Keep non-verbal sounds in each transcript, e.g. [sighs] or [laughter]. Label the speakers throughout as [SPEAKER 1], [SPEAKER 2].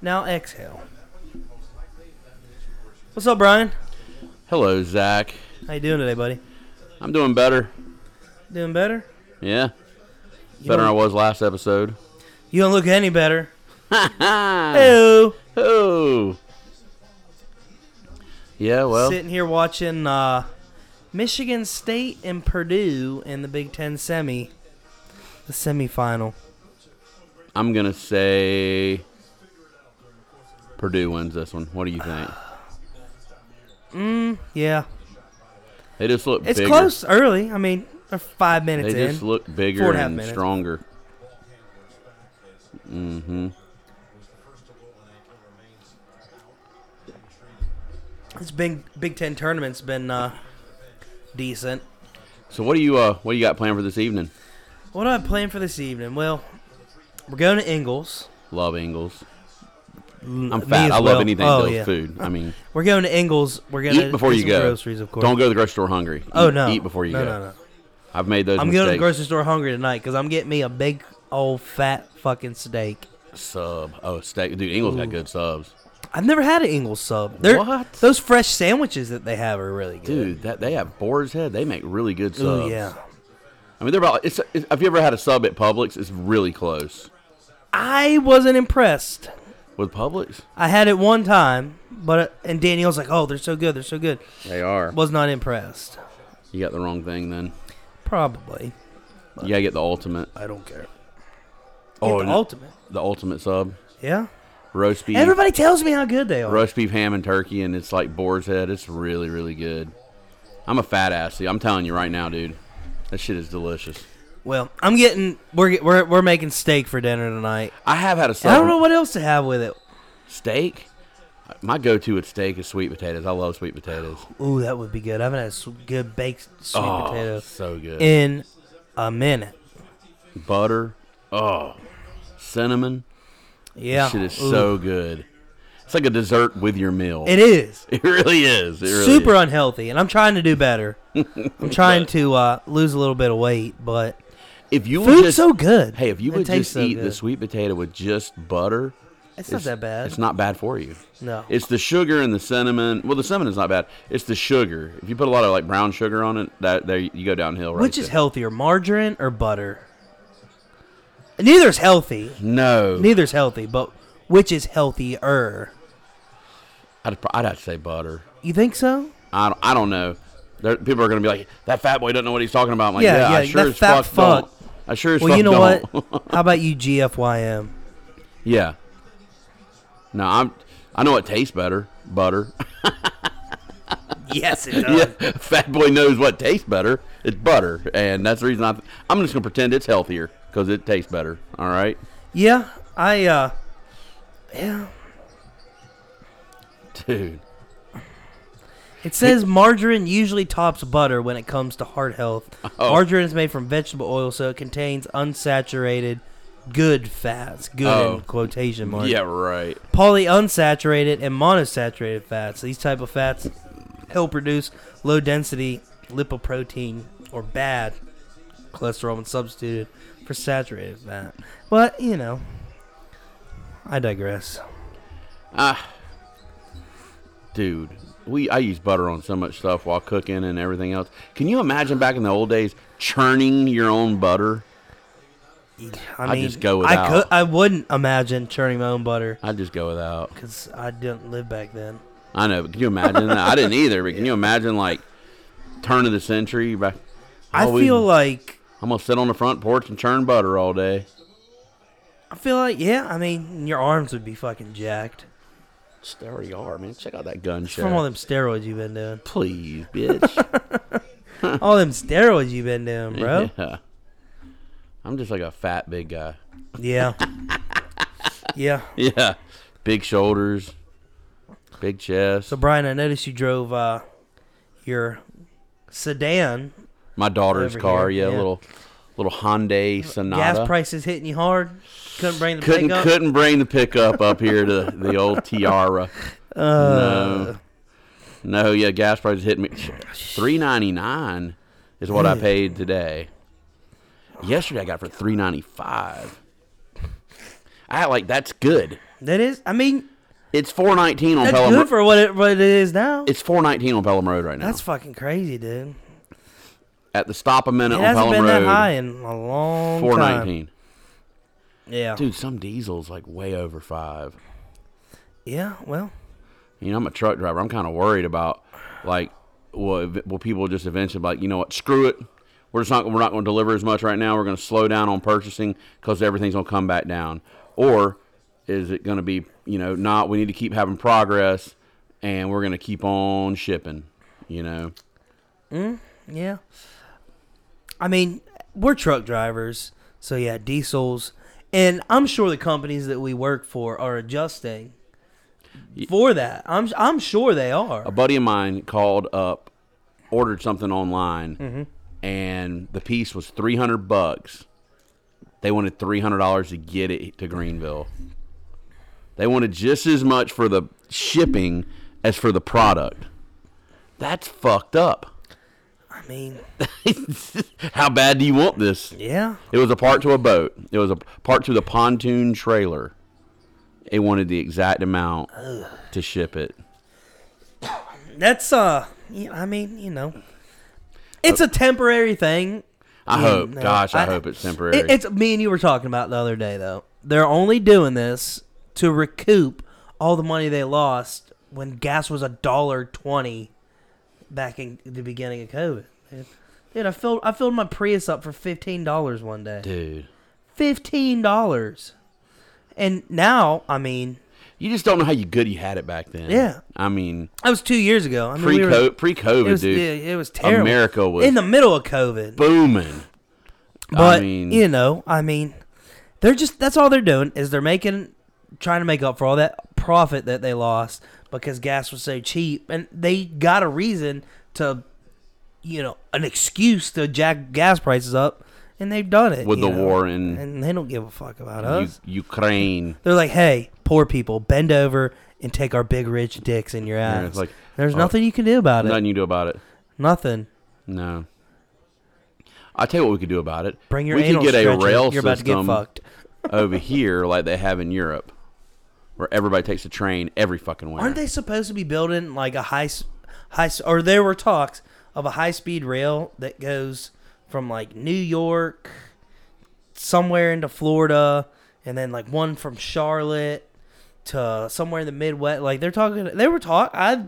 [SPEAKER 1] Now exhale. What's up, Brian?
[SPEAKER 2] Hello, Zach.
[SPEAKER 1] How you doing today, buddy?
[SPEAKER 2] I'm doing better.
[SPEAKER 1] Doing better?
[SPEAKER 2] Yeah,
[SPEAKER 1] You
[SPEAKER 2] better than I
[SPEAKER 1] don't,
[SPEAKER 2] was
[SPEAKER 1] [laughs]
[SPEAKER 2] last episode. [laughs]
[SPEAKER 1] you don't look any better.
[SPEAKER 2] oh,
[SPEAKER 1] Hello.
[SPEAKER 2] yeah. Well,
[SPEAKER 1] Sitting here watching uh, Michigan State and Purdue in the Big Ten semi, the semifinal.
[SPEAKER 2] I'm gonna say Purdue wins this one. What do you think?
[SPEAKER 1] Yeah,
[SPEAKER 2] They just look.
[SPEAKER 1] it's
[SPEAKER 2] bigger.
[SPEAKER 1] close early. I mean, they're five minutes
[SPEAKER 2] They
[SPEAKER 1] in.
[SPEAKER 2] just look bigger
[SPEAKER 1] Four and a half
[SPEAKER 2] and
[SPEAKER 1] minutes.
[SPEAKER 2] stronger. Mm-hmm.
[SPEAKER 1] This big Big Ten tournament's been uh, decent.
[SPEAKER 2] So what do you uh what do you got planned for this evening?
[SPEAKER 1] What do I plan for this evening? Well, we're going to Ingles.
[SPEAKER 2] Love Ingles. I'm
[SPEAKER 1] Me
[SPEAKER 2] fat.
[SPEAKER 1] as
[SPEAKER 2] I love
[SPEAKER 1] well.
[SPEAKER 2] anything
[SPEAKER 1] oh,
[SPEAKER 2] that
[SPEAKER 1] yeah.
[SPEAKER 2] deals food. I mean,
[SPEAKER 1] We're going to Ingles. We're gonna
[SPEAKER 2] eat before
[SPEAKER 1] get
[SPEAKER 2] you
[SPEAKER 1] some
[SPEAKER 2] go.
[SPEAKER 1] Groceries, of course.
[SPEAKER 2] Don't go to the grocery store hungry.
[SPEAKER 1] Oh
[SPEAKER 2] Eat-
[SPEAKER 1] no.
[SPEAKER 2] Eat before you
[SPEAKER 1] no,
[SPEAKER 2] go.
[SPEAKER 1] No, no,
[SPEAKER 2] I've made those
[SPEAKER 1] I'm
[SPEAKER 2] mistakes.
[SPEAKER 1] going to the grocery store hungry tonight because I'm getting me a big old fat fucking steak.
[SPEAKER 2] Sub. Oh, steak. Dude, Ingles got good subs.
[SPEAKER 1] I've never had an Ingles sub. They're,
[SPEAKER 2] What?
[SPEAKER 1] Those fresh sandwiches that they have are really good.
[SPEAKER 2] Dude, that they have Boar's Head. They make really good subs.
[SPEAKER 1] Ooh, yeah.
[SPEAKER 2] I mean, they're about. It's, it's, have you ever had a sub at Publix? It's really close
[SPEAKER 1] I wasn't impressed.
[SPEAKER 2] with Publix.
[SPEAKER 1] I had it one time, but and Danielle's like, "Oh, they're so good. They're so good."
[SPEAKER 2] They are.
[SPEAKER 1] Was not impressed.
[SPEAKER 2] You got the wrong thing then.
[SPEAKER 1] Probably.
[SPEAKER 2] You gotta get the ultimate.
[SPEAKER 1] I don't care.
[SPEAKER 2] Oh,
[SPEAKER 1] the
[SPEAKER 2] no.
[SPEAKER 1] ultimate.
[SPEAKER 2] the ultimate sub.
[SPEAKER 1] Yeah.
[SPEAKER 2] Roast beef.
[SPEAKER 1] Everybody tells me how good they are.
[SPEAKER 2] roast beef, ham, and turkey, and it's like boar's head. It's really, really good. I'm a fat ass. dude. I'm telling you right now, dude. That shit is delicious.
[SPEAKER 1] Well, I'm getting we're get- we're we're making steak for dinner tonight.
[SPEAKER 2] I have had a sub.
[SPEAKER 1] I don't know what else to have with it.
[SPEAKER 2] steak. My go-to at steak is sweet potatoes. I love sweet potatoes.
[SPEAKER 1] Ooh, that would be good. I haven't had a sw- good baked sweet
[SPEAKER 2] oh,
[SPEAKER 1] potato
[SPEAKER 2] so good.
[SPEAKER 1] in a minute.
[SPEAKER 2] Butter. Oh, cinnamon.
[SPEAKER 1] Yeah,
[SPEAKER 2] Shit is
[SPEAKER 1] Ooh.
[SPEAKER 2] so good. It's like a dessert with your meal.
[SPEAKER 1] It is
[SPEAKER 2] [laughs] It really is. It really
[SPEAKER 1] super
[SPEAKER 2] is.
[SPEAKER 1] unhealthy, and I'm trying to do better.
[SPEAKER 2] [laughs]
[SPEAKER 1] I'm trying to uh, lose a little bit of weight, but
[SPEAKER 2] If you would
[SPEAKER 1] food's
[SPEAKER 2] just,
[SPEAKER 1] so good.
[SPEAKER 2] Hey, if you
[SPEAKER 1] It
[SPEAKER 2] would
[SPEAKER 1] tastes
[SPEAKER 2] just
[SPEAKER 1] so
[SPEAKER 2] eat the
[SPEAKER 1] good.
[SPEAKER 2] sweet potato with just butter,
[SPEAKER 1] it's, not that bad.
[SPEAKER 2] It's not bad for you.
[SPEAKER 1] No.
[SPEAKER 2] It's the sugar and the cinnamon. Well, the cinnamon is not bad. It's the sugar. If you put a lot of like brown sugar on it, that there you go downhill. Right
[SPEAKER 1] Which is
[SPEAKER 2] there.
[SPEAKER 1] healthier, margarine or butter? Neither's healthy.
[SPEAKER 2] no.
[SPEAKER 1] Neither's healthy, but which is healthier?
[SPEAKER 2] I'd, pro- I'd have to say butter.
[SPEAKER 1] You think so?
[SPEAKER 2] I don't, I don't know. There, people are gonna be like, that fat boy doesn't know what he's talking about. I'm like,
[SPEAKER 1] Yeah,
[SPEAKER 2] yeah,
[SPEAKER 1] yeah,
[SPEAKER 2] I sure
[SPEAKER 1] that
[SPEAKER 2] as
[SPEAKER 1] fat
[SPEAKER 2] fuck,
[SPEAKER 1] fuck.
[SPEAKER 2] don't. I sure as
[SPEAKER 1] Well,
[SPEAKER 2] fuck
[SPEAKER 1] you know
[SPEAKER 2] don't. [laughs]
[SPEAKER 1] what? How about you, GFYM?
[SPEAKER 2] yeah. No, I'm. I know it tastes better. Butter. [laughs]
[SPEAKER 1] Yes, it does.
[SPEAKER 2] yeah. Fat boy knows what tastes better. It's butter, and that's the reason I. I'm just gonna pretend it's healthier because it tastes better. All right. [laughs]
[SPEAKER 1] Yeah, I uh yeah.
[SPEAKER 2] Dude.
[SPEAKER 1] It says margarine usually tops butter when it comes to heart health.
[SPEAKER 2] Oh.
[SPEAKER 1] Margarine is made from vegetable oil, so it contains unsaturated good fats. Good
[SPEAKER 2] Oh.
[SPEAKER 1] in quotation marks.
[SPEAKER 2] Yeah. Right.
[SPEAKER 1] Polyunsaturated and monosaturated fats. These type of fats help reduce low density lipoprotein or bad cholesterol when substituted for saturated fat. But you know, I digress.
[SPEAKER 2] Ah, dude, we I use butter on so much stuff while cooking and everything else. Can you imagine back in the old days churning your own butter?
[SPEAKER 1] I
[SPEAKER 2] I
[SPEAKER 1] mean,
[SPEAKER 2] just go
[SPEAKER 1] I
[SPEAKER 2] without.
[SPEAKER 1] could, I wouldn't imagine churning my own butter
[SPEAKER 2] I'd just go without.
[SPEAKER 1] because I didn't live back then.
[SPEAKER 2] I know, but can you imagine that? I didn't either, but can you imagine like turn of the century back?
[SPEAKER 1] I
[SPEAKER 2] Oh, we-
[SPEAKER 1] feel like
[SPEAKER 2] I'm gonna sit on the front porch and churn butter all day.
[SPEAKER 1] I feel like yeah. I mean, your arms would be fucking jacked
[SPEAKER 2] There already are, man. Check out that gun
[SPEAKER 1] from all
[SPEAKER 2] show.
[SPEAKER 1] them steroids you've been doing. [laughs]
[SPEAKER 2] Please, bitch.
[SPEAKER 1] all them steroids you've been doing, bro.
[SPEAKER 2] Yeah. I'm just like a fat big guy.
[SPEAKER 1] Yeah. yeah.
[SPEAKER 2] Yeah. Big shoulders, big chest.
[SPEAKER 1] So Brian, I noticed you drove uh, your sedan.
[SPEAKER 2] My daughter's
[SPEAKER 1] Over
[SPEAKER 2] car,
[SPEAKER 1] here,
[SPEAKER 2] yeah,
[SPEAKER 1] yeah.
[SPEAKER 2] little little Hyundai Sonata.
[SPEAKER 1] Gas prices hitting you hard. Couldn't bring the
[SPEAKER 2] couldn't
[SPEAKER 1] pickup.
[SPEAKER 2] couldn't bring the pickup up here to
[SPEAKER 1] [laughs]
[SPEAKER 2] the old Tiara.
[SPEAKER 1] Uh.
[SPEAKER 2] no, no, yeah, gas prices hit me. Three ninety nine is what I paid today. Yesterday I got it for three ninety five. I like that's good.
[SPEAKER 1] That is, I mean,
[SPEAKER 2] It's four nineteen on
[SPEAKER 1] that's
[SPEAKER 2] Pelham.
[SPEAKER 1] good
[SPEAKER 2] Ro-
[SPEAKER 1] for what it, what it is now.
[SPEAKER 2] it's four nineteen on Pelham Road right now.
[SPEAKER 1] That's fucking crazy, dude.
[SPEAKER 2] at the stop a minute
[SPEAKER 1] It
[SPEAKER 2] on
[SPEAKER 1] hasn't
[SPEAKER 2] Pelham
[SPEAKER 1] been
[SPEAKER 2] Road.
[SPEAKER 1] that high in a long
[SPEAKER 2] four
[SPEAKER 1] time.
[SPEAKER 2] nineteen.
[SPEAKER 1] Yeah.
[SPEAKER 2] Dude, some diesels like way over five.
[SPEAKER 1] Yeah, well,
[SPEAKER 2] You know, I'm a truck driver. I'm kind of worried about like, will will people just eventually be like, you know what, screw it. We're just not we're not going to deliver as much right now. We're going to slow down on purchasing because everything's going to come back down. Or is it going to be you know not? We need to keep having progress, and we're going to keep on shipping. You know,
[SPEAKER 1] yeah. I mean, we're truck drivers, so yeah, diesels, and I'm sure the companies that we work for are adjusting for that. I'm I'm sure they are.
[SPEAKER 2] a buddy of mine called up, ordered something online,
[SPEAKER 1] Mm-hmm.
[SPEAKER 2] and the piece was three hundred bucks. They wanted three hundred dollars to get it to Greenville. They wanted just as much for the shipping as for the product. That's fucked up. [laughs]
[SPEAKER 1] I mean,
[SPEAKER 2] How bad do you want this?
[SPEAKER 1] yeah.
[SPEAKER 2] It was a part to a boat. It was a part to the pontoon trailer. They wanted the exact amount to ship it.
[SPEAKER 1] That's uh yeah, I mean, you
[SPEAKER 2] Uh
[SPEAKER 1] know. It's a temporary thing.
[SPEAKER 2] I
[SPEAKER 1] Yeah,
[SPEAKER 2] hope.
[SPEAKER 1] Mm, no,
[SPEAKER 2] gosh, I,
[SPEAKER 1] I-
[SPEAKER 2] hope it's temporary.
[SPEAKER 1] It, it's me and you were talking about the other day though. They're only doing this to recoup all the money they lost when gas was a dollar twenty back in the beginning of COVID. Dude, Dude, I filled I filled my Prius up for fifteen dollars one day.
[SPEAKER 2] Dude.
[SPEAKER 1] Fifteen dollars. And now, I mean,
[SPEAKER 2] You just don't know how you good you had it back then.
[SPEAKER 1] Yeah.
[SPEAKER 2] I mean,
[SPEAKER 1] that was two years ago. I mean,
[SPEAKER 2] pre
[SPEAKER 1] we were,
[SPEAKER 2] pre
[SPEAKER 1] it
[SPEAKER 2] COVID,
[SPEAKER 1] was,
[SPEAKER 2] dude,
[SPEAKER 1] yeah, it was terrible.
[SPEAKER 2] America was-
[SPEAKER 1] in the middle of COVID.
[SPEAKER 2] booming.
[SPEAKER 1] But
[SPEAKER 2] I mean,
[SPEAKER 1] you know, I mean, they're just that's all they're doing is they're making trying to make up for all that profit that they lost because gas was so cheap, and they got a reason to, you know, an excuse to jack gas prices up, and they've done it
[SPEAKER 2] with
[SPEAKER 1] you
[SPEAKER 2] the
[SPEAKER 1] know,
[SPEAKER 2] war in
[SPEAKER 1] and they don't give a fuck about
[SPEAKER 2] U-
[SPEAKER 1] us.
[SPEAKER 2] Ukraine,
[SPEAKER 1] They're like, hey, poor people, bend over and take our big rich dicks in your
[SPEAKER 2] Yeah,
[SPEAKER 1] ass.
[SPEAKER 2] it's like,
[SPEAKER 1] There's
[SPEAKER 2] oh,
[SPEAKER 1] nothing you can do about it.
[SPEAKER 2] nothing you do about it.
[SPEAKER 1] nothing.
[SPEAKER 2] No. I tell you what we could do about it.
[SPEAKER 1] Bring your
[SPEAKER 2] we
[SPEAKER 1] anal
[SPEAKER 2] could get a
[SPEAKER 1] stretcher.
[SPEAKER 2] rail
[SPEAKER 1] You're about to get
[SPEAKER 2] system
[SPEAKER 1] fucked. [laughs]
[SPEAKER 2] over here like they have in Europe, where everybody takes a train every fucking winter.
[SPEAKER 1] Aren't they supposed to be building like a high, s- high, s- or there were talks of a high speed rail that goes from like New York, somewhere into Florida, and then like one from Charlotte to somewhere in the Midwest. Like they're talking, they were talk. I,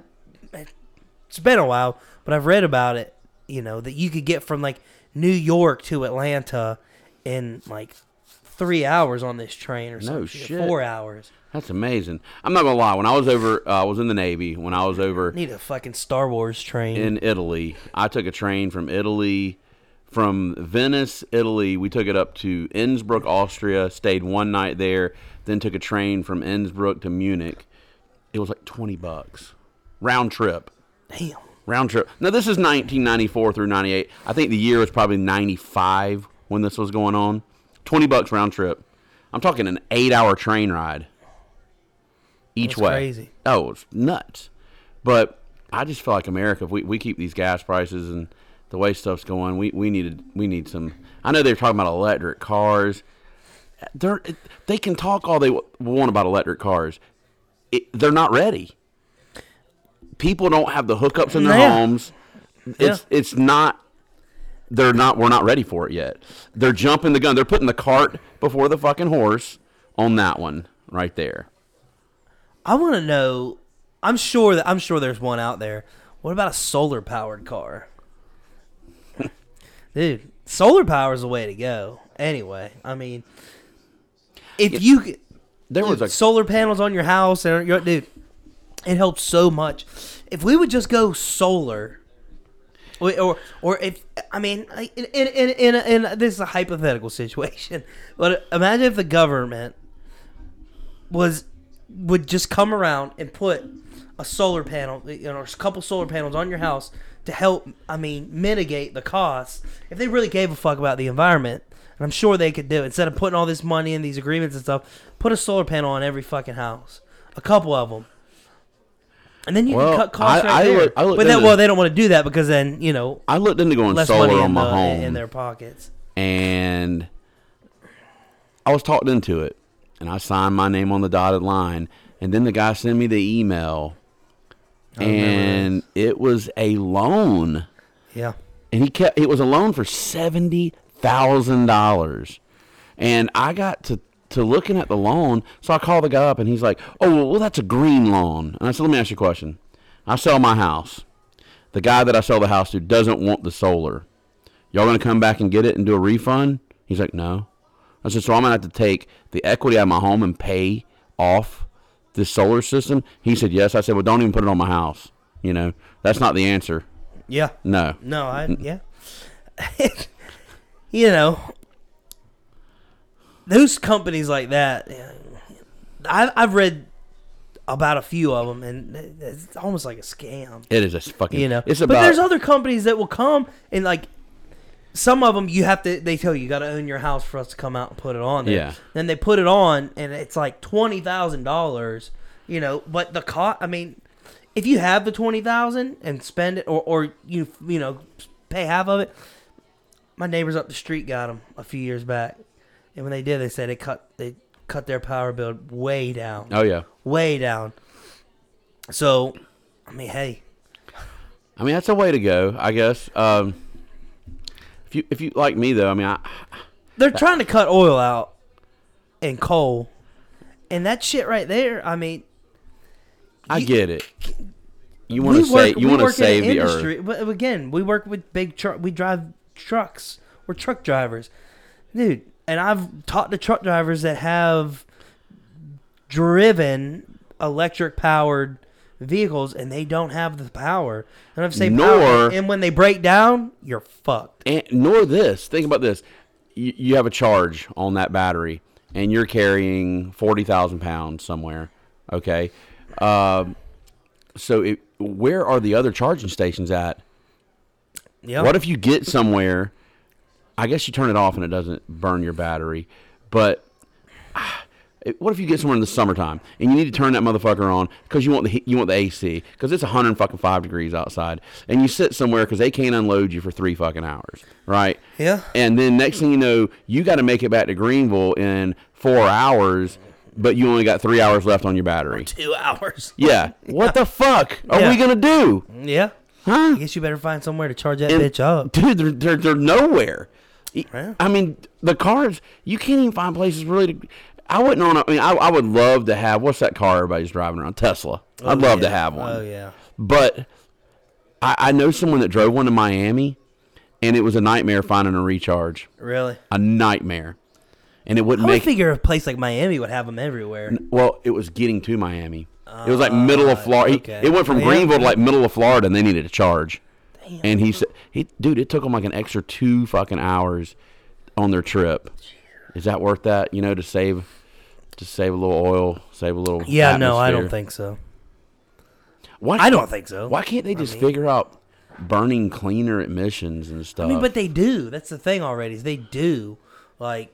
[SPEAKER 1] it's been a while, but I've read about it. You know that you could get from like New York to Atlanta in like three hours on this train or something.
[SPEAKER 2] shit.
[SPEAKER 1] Four hours.
[SPEAKER 2] That's amazing. I'm not gonna lie. When I was over, uh, I was in the Navy. When I was over
[SPEAKER 1] Need a fucking Star Wars train.
[SPEAKER 2] in Italy. I took a train from Italy, from Venice, Italy. We took it up to Innsbruck, Austria. Stayed one night there. Then took a train from Innsbruck to Munich. It was like twenty bucks round trip.
[SPEAKER 1] Damn.
[SPEAKER 2] Round trip. Now this is 1994 through 98. I think the year was probably 95 when this was going on. Twenty bucks round trip. I'm talking an eight-hour train ride each
[SPEAKER 1] That's
[SPEAKER 2] way.
[SPEAKER 1] crazy.
[SPEAKER 2] Oh, it's nuts. But I just feel like America. If we, we keep these gas prices and the way stuff's going, we we needed we need some. I know they're talking about electric cars. They're they can talk all they wa- want about electric cars. It, they're not ready. People don't have the hookups in their
[SPEAKER 1] Yeah.
[SPEAKER 2] homes. It's it's not. They're not. We're not ready for it yet. They're jumping the gun. They're putting the cart before the fucking horse on that one right there.
[SPEAKER 1] I want to know. I'm sure that I'm sure there's one out there. What about a solar powered car? [laughs] Dude, solar power is the way to go. Anyway, I mean, if you could-
[SPEAKER 2] There was a
[SPEAKER 1] solar panels on your house and your dude, it helps so much. If we would just go solar, or or, or if I mean, like, in in in, in, in this is a hypothetical [laughs] situation, but imagine if the government was would just come around and put a solar panel, you know, or a couple solar panels on your house to help. I mean, mitigate the costs. If they really gave a fuck about the environment, and I'm sure they could do it, instead of putting all this money in these agreements and stuff, put a solar panel on every fucking house, a couple of them. And then you
[SPEAKER 2] Well,
[SPEAKER 1] can cut costs
[SPEAKER 2] I-
[SPEAKER 1] right
[SPEAKER 2] I
[SPEAKER 1] there.
[SPEAKER 2] look- I looked
[SPEAKER 1] but then,
[SPEAKER 2] into-
[SPEAKER 1] well, they don't want to do that because then you know
[SPEAKER 2] I looked into going
[SPEAKER 1] less
[SPEAKER 2] solar
[SPEAKER 1] money
[SPEAKER 2] on
[SPEAKER 1] in,
[SPEAKER 2] my
[SPEAKER 1] the-
[SPEAKER 2] home,
[SPEAKER 1] in their pockets.
[SPEAKER 2] and I was talked into it. and I signed my name on the dotted line. And then the guy sent me the email,
[SPEAKER 1] I remember
[SPEAKER 2] and it was a loan,
[SPEAKER 1] Yeah.
[SPEAKER 2] and he kept it was a loan for seventy thousand dollars, and I got to to looking at the loan, so I called the guy up, and he's like, "Oh well, well, that's a green loan." And I said, "Let me ask you a question. I sell my house. The guy that I sell the house to doesn't want the solar. Y'all gonna come back and get it and do a refund?" He's like, "No." I said, so I'm gonna have to take the equity out of my home and pay off this solar system. He said, yes. I said, well, don't even put it on my house. You know, that's not the answer.
[SPEAKER 1] Yeah.
[SPEAKER 2] No.
[SPEAKER 1] No, I yeah. [laughs] you know, those companies like that. I, I've read about a few of them, and it's almost like a scam.
[SPEAKER 2] It is a fucking.
[SPEAKER 1] You know,
[SPEAKER 2] it's
[SPEAKER 1] but
[SPEAKER 2] about.
[SPEAKER 1] there's other companies that will come and like. Some of them you have to. They tell you you got to own your house for us to come out and put it on. There.
[SPEAKER 2] Yeah.
[SPEAKER 1] Then they put it on, and it's like twenty thousand dollars. You know, but the cost. I mean, if you have the twenty thousand and spend it, or or you you know pay half of it. My neighbors up the street got them a few years back, and when they did, they said they cut they cut their power bill way down,
[SPEAKER 2] oh yeah.
[SPEAKER 1] way down. So, I mean, hey,
[SPEAKER 2] I mean, that's a way to go, I guess. Um, if you if you like me though, I mean, I,
[SPEAKER 1] They're trying to cut oil out and coal. And that shit right there, I mean,
[SPEAKER 2] I
[SPEAKER 1] You-
[SPEAKER 2] get it. You want to
[SPEAKER 1] we work-
[SPEAKER 2] save.
[SPEAKER 1] we
[SPEAKER 2] You want to
[SPEAKER 1] work in
[SPEAKER 2] save
[SPEAKER 1] an
[SPEAKER 2] the earth.
[SPEAKER 1] industry- But again, we work with big truck. We drive trucks. We're truck drivers, dude. And I've talked to truck drivers that have driven electric powered vehicles, and they don't have the power. And I've saved power.
[SPEAKER 2] Nor-
[SPEAKER 1] And when they break down, you're fucked.
[SPEAKER 2] and nor this. Think about this: you, you have a charge on that battery, and you're carrying forty thousand pounds somewhere. Okay, um, so it, where are the other charging stations at?
[SPEAKER 1] Yeah.
[SPEAKER 2] What if you get somewhere? I guess you turn it off and it doesn't burn your battery, but ah, it- what if you get somewhere in the summertime and you need to turn that motherfucker on because you want the heat- you want the AC because it's 100 fucking five degrees outside and you sit somewhere because they can't unload you for three fucking hours, right?
[SPEAKER 1] Yeah.
[SPEAKER 2] And then next thing you know, you got to make it back to Greenville in four hours, but you only got three hours left on your battery.
[SPEAKER 1] two hours? [laughs]
[SPEAKER 2] Yeah. What the fuck are
[SPEAKER 1] Yeah.
[SPEAKER 2] we gonna do,
[SPEAKER 1] Yeah.
[SPEAKER 2] huh?
[SPEAKER 1] I guess you better find somewhere to charge that
[SPEAKER 2] And-
[SPEAKER 1] bitch up.
[SPEAKER 2] [laughs] dude. They're they're, they're nowhere. E-
[SPEAKER 1] Yeah.
[SPEAKER 2] I mean, the cars you can't even find places really. To, I wouldn't on. I mean, I, I would love to have what's that car everybody's driving around? Tesla. I'd love to
[SPEAKER 1] yeah.
[SPEAKER 2] have one.
[SPEAKER 1] Oh yeah.
[SPEAKER 2] But I, I know someone that drove one to Miami, and it was a nightmare finding a recharge.
[SPEAKER 1] Really?
[SPEAKER 2] A nightmare, and it wouldn't
[SPEAKER 1] I would
[SPEAKER 2] make.
[SPEAKER 1] figure a place like Miami would have them everywhere.
[SPEAKER 2] well, it was getting to Miami. It was like middle of Florida.
[SPEAKER 1] okay.
[SPEAKER 2] It went
[SPEAKER 1] Oh,
[SPEAKER 2] from
[SPEAKER 1] yeah.
[SPEAKER 2] Greenville to like middle of Florida, and they needed a charge. And he said, "He, dude, it took him like an extra two fucking hours on their trip. Is that worth that? You know, to save, to save a little oil, save a little.
[SPEAKER 1] Yeah, no, I don't
[SPEAKER 2] atmosphere?
[SPEAKER 1] think so.
[SPEAKER 2] Why
[SPEAKER 1] I don't
[SPEAKER 2] can't-
[SPEAKER 1] think so.
[SPEAKER 2] Why can't they just figure out burning cleaner emissions and stuff?
[SPEAKER 1] I mean, but they do. That's the thing already. Is they do like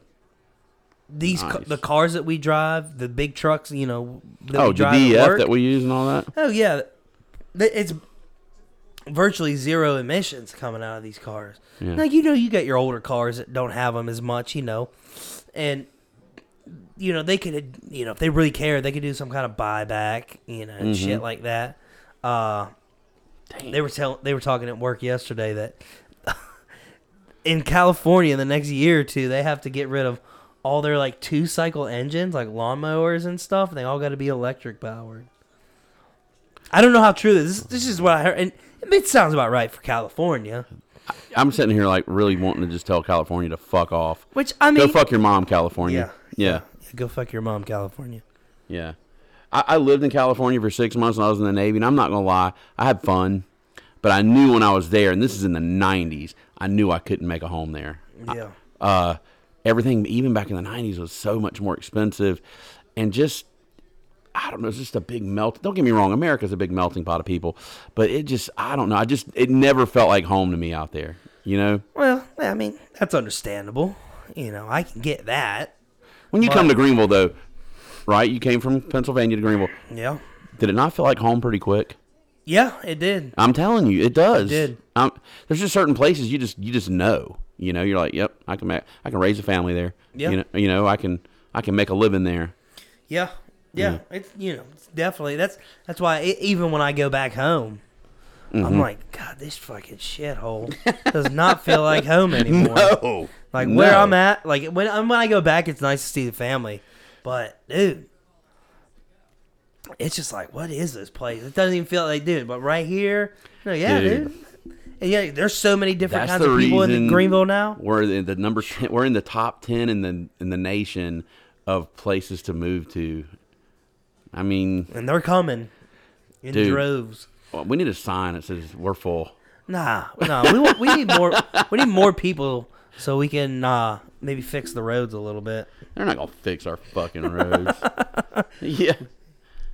[SPEAKER 1] these ca-
[SPEAKER 2] Nice.
[SPEAKER 1] the cars that we drive, the big trucks. You know, that
[SPEAKER 2] oh,
[SPEAKER 1] we
[SPEAKER 2] the
[SPEAKER 1] drive at
[SPEAKER 2] DEF
[SPEAKER 1] work.
[SPEAKER 2] that we use and
[SPEAKER 1] [laughs]
[SPEAKER 2] all that.
[SPEAKER 1] Oh yeah, Th- it's virtually zero emissions coming out of these cars.
[SPEAKER 2] Yeah.
[SPEAKER 1] Like you know, you got your older cars that don't have them as much, you know, and you know they could, you know, if they really cared, they could do some kind of buyback, you know, and shit like that. Uh, they were telling, they were talking at work yesterday that [laughs] in California in the next year or two, they have to get rid of all their like two cycle engines, like lawnmowers and stuff, and they all got to be electric powered. I don't know how true this. is. This is what I heard, and it sounds about right for California.
[SPEAKER 2] I'm sitting here like really wanting to just tell California to fuck off.
[SPEAKER 1] Which I
[SPEAKER 2] Go
[SPEAKER 1] mean,
[SPEAKER 2] fuck your mom, California. yeah.
[SPEAKER 1] Yeah, go fuck your mom, California.
[SPEAKER 2] Yeah. I, I lived in California for six months when I was in the Navy, and I'm not going to lie, I had fun. But I knew when I was there, and this is in the 90s, I knew I couldn't make a home there.
[SPEAKER 1] Yeah,
[SPEAKER 2] Uh, everything, even back in the 90s, was so much more expensive. And just, I don't know, it's just a big melt. Don't get me wrong, America's a big melting pot of people. But it just, I don't know, I just, it never felt like home to me out there, you know?
[SPEAKER 1] well, I mean that's understandable. You know, I can get that.
[SPEAKER 2] When you come to Greenville, though, right? You came from Pennsylvania to Greenville.
[SPEAKER 1] Yeah,
[SPEAKER 2] Did it not feel like home pretty quick?
[SPEAKER 1] yeah, it did.
[SPEAKER 2] I'm telling you, it does.
[SPEAKER 1] did.
[SPEAKER 2] Um, there's just certain places you just you just know. You know, you're like, yep, I can ma- I can raise a family there.
[SPEAKER 1] Yeah.
[SPEAKER 2] You know, you know, I can I can make a living there.
[SPEAKER 1] Yeah, yeah.
[SPEAKER 2] Mm.
[SPEAKER 1] It's you know it's definitely that's that's why e even when I go back home,
[SPEAKER 2] Mm-hmm.
[SPEAKER 1] I'm like, God, this fucking shithole does not feel like
[SPEAKER 2] [laughs]
[SPEAKER 1] home anymore.
[SPEAKER 2] No.
[SPEAKER 1] Like where
[SPEAKER 2] No.
[SPEAKER 1] I'm at, like when um, when I go back, it's nice to see the family, but dude, it's just like, what is this place? It doesn't even feel like, dude. But right here, no, yeah,
[SPEAKER 2] Dude.
[SPEAKER 1] dude. And yeah, there's so many different
[SPEAKER 2] That's
[SPEAKER 1] kinds
[SPEAKER 2] the
[SPEAKER 1] of people in
[SPEAKER 2] reason
[SPEAKER 1] Greenville now.
[SPEAKER 2] We're in the number. 10 We're in the top ten in the in the nation of places to move to. I mean,
[SPEAKER 1] and they're coming in
[SPEAKER 2] Dude.
[SPEAKER 1] droves.
[SPEAKER 2] well, we need a sign that says "We're full."
[SPEAKER 1] Nah, nah. We want, we need more. We need more people so we can uh, maybe fix the roads a little bit.
[SPEAKER 2] They're not gonna fix our fucking
[SPEAKER 1] [laughs]
[SPEAKER 2] roads. yeah,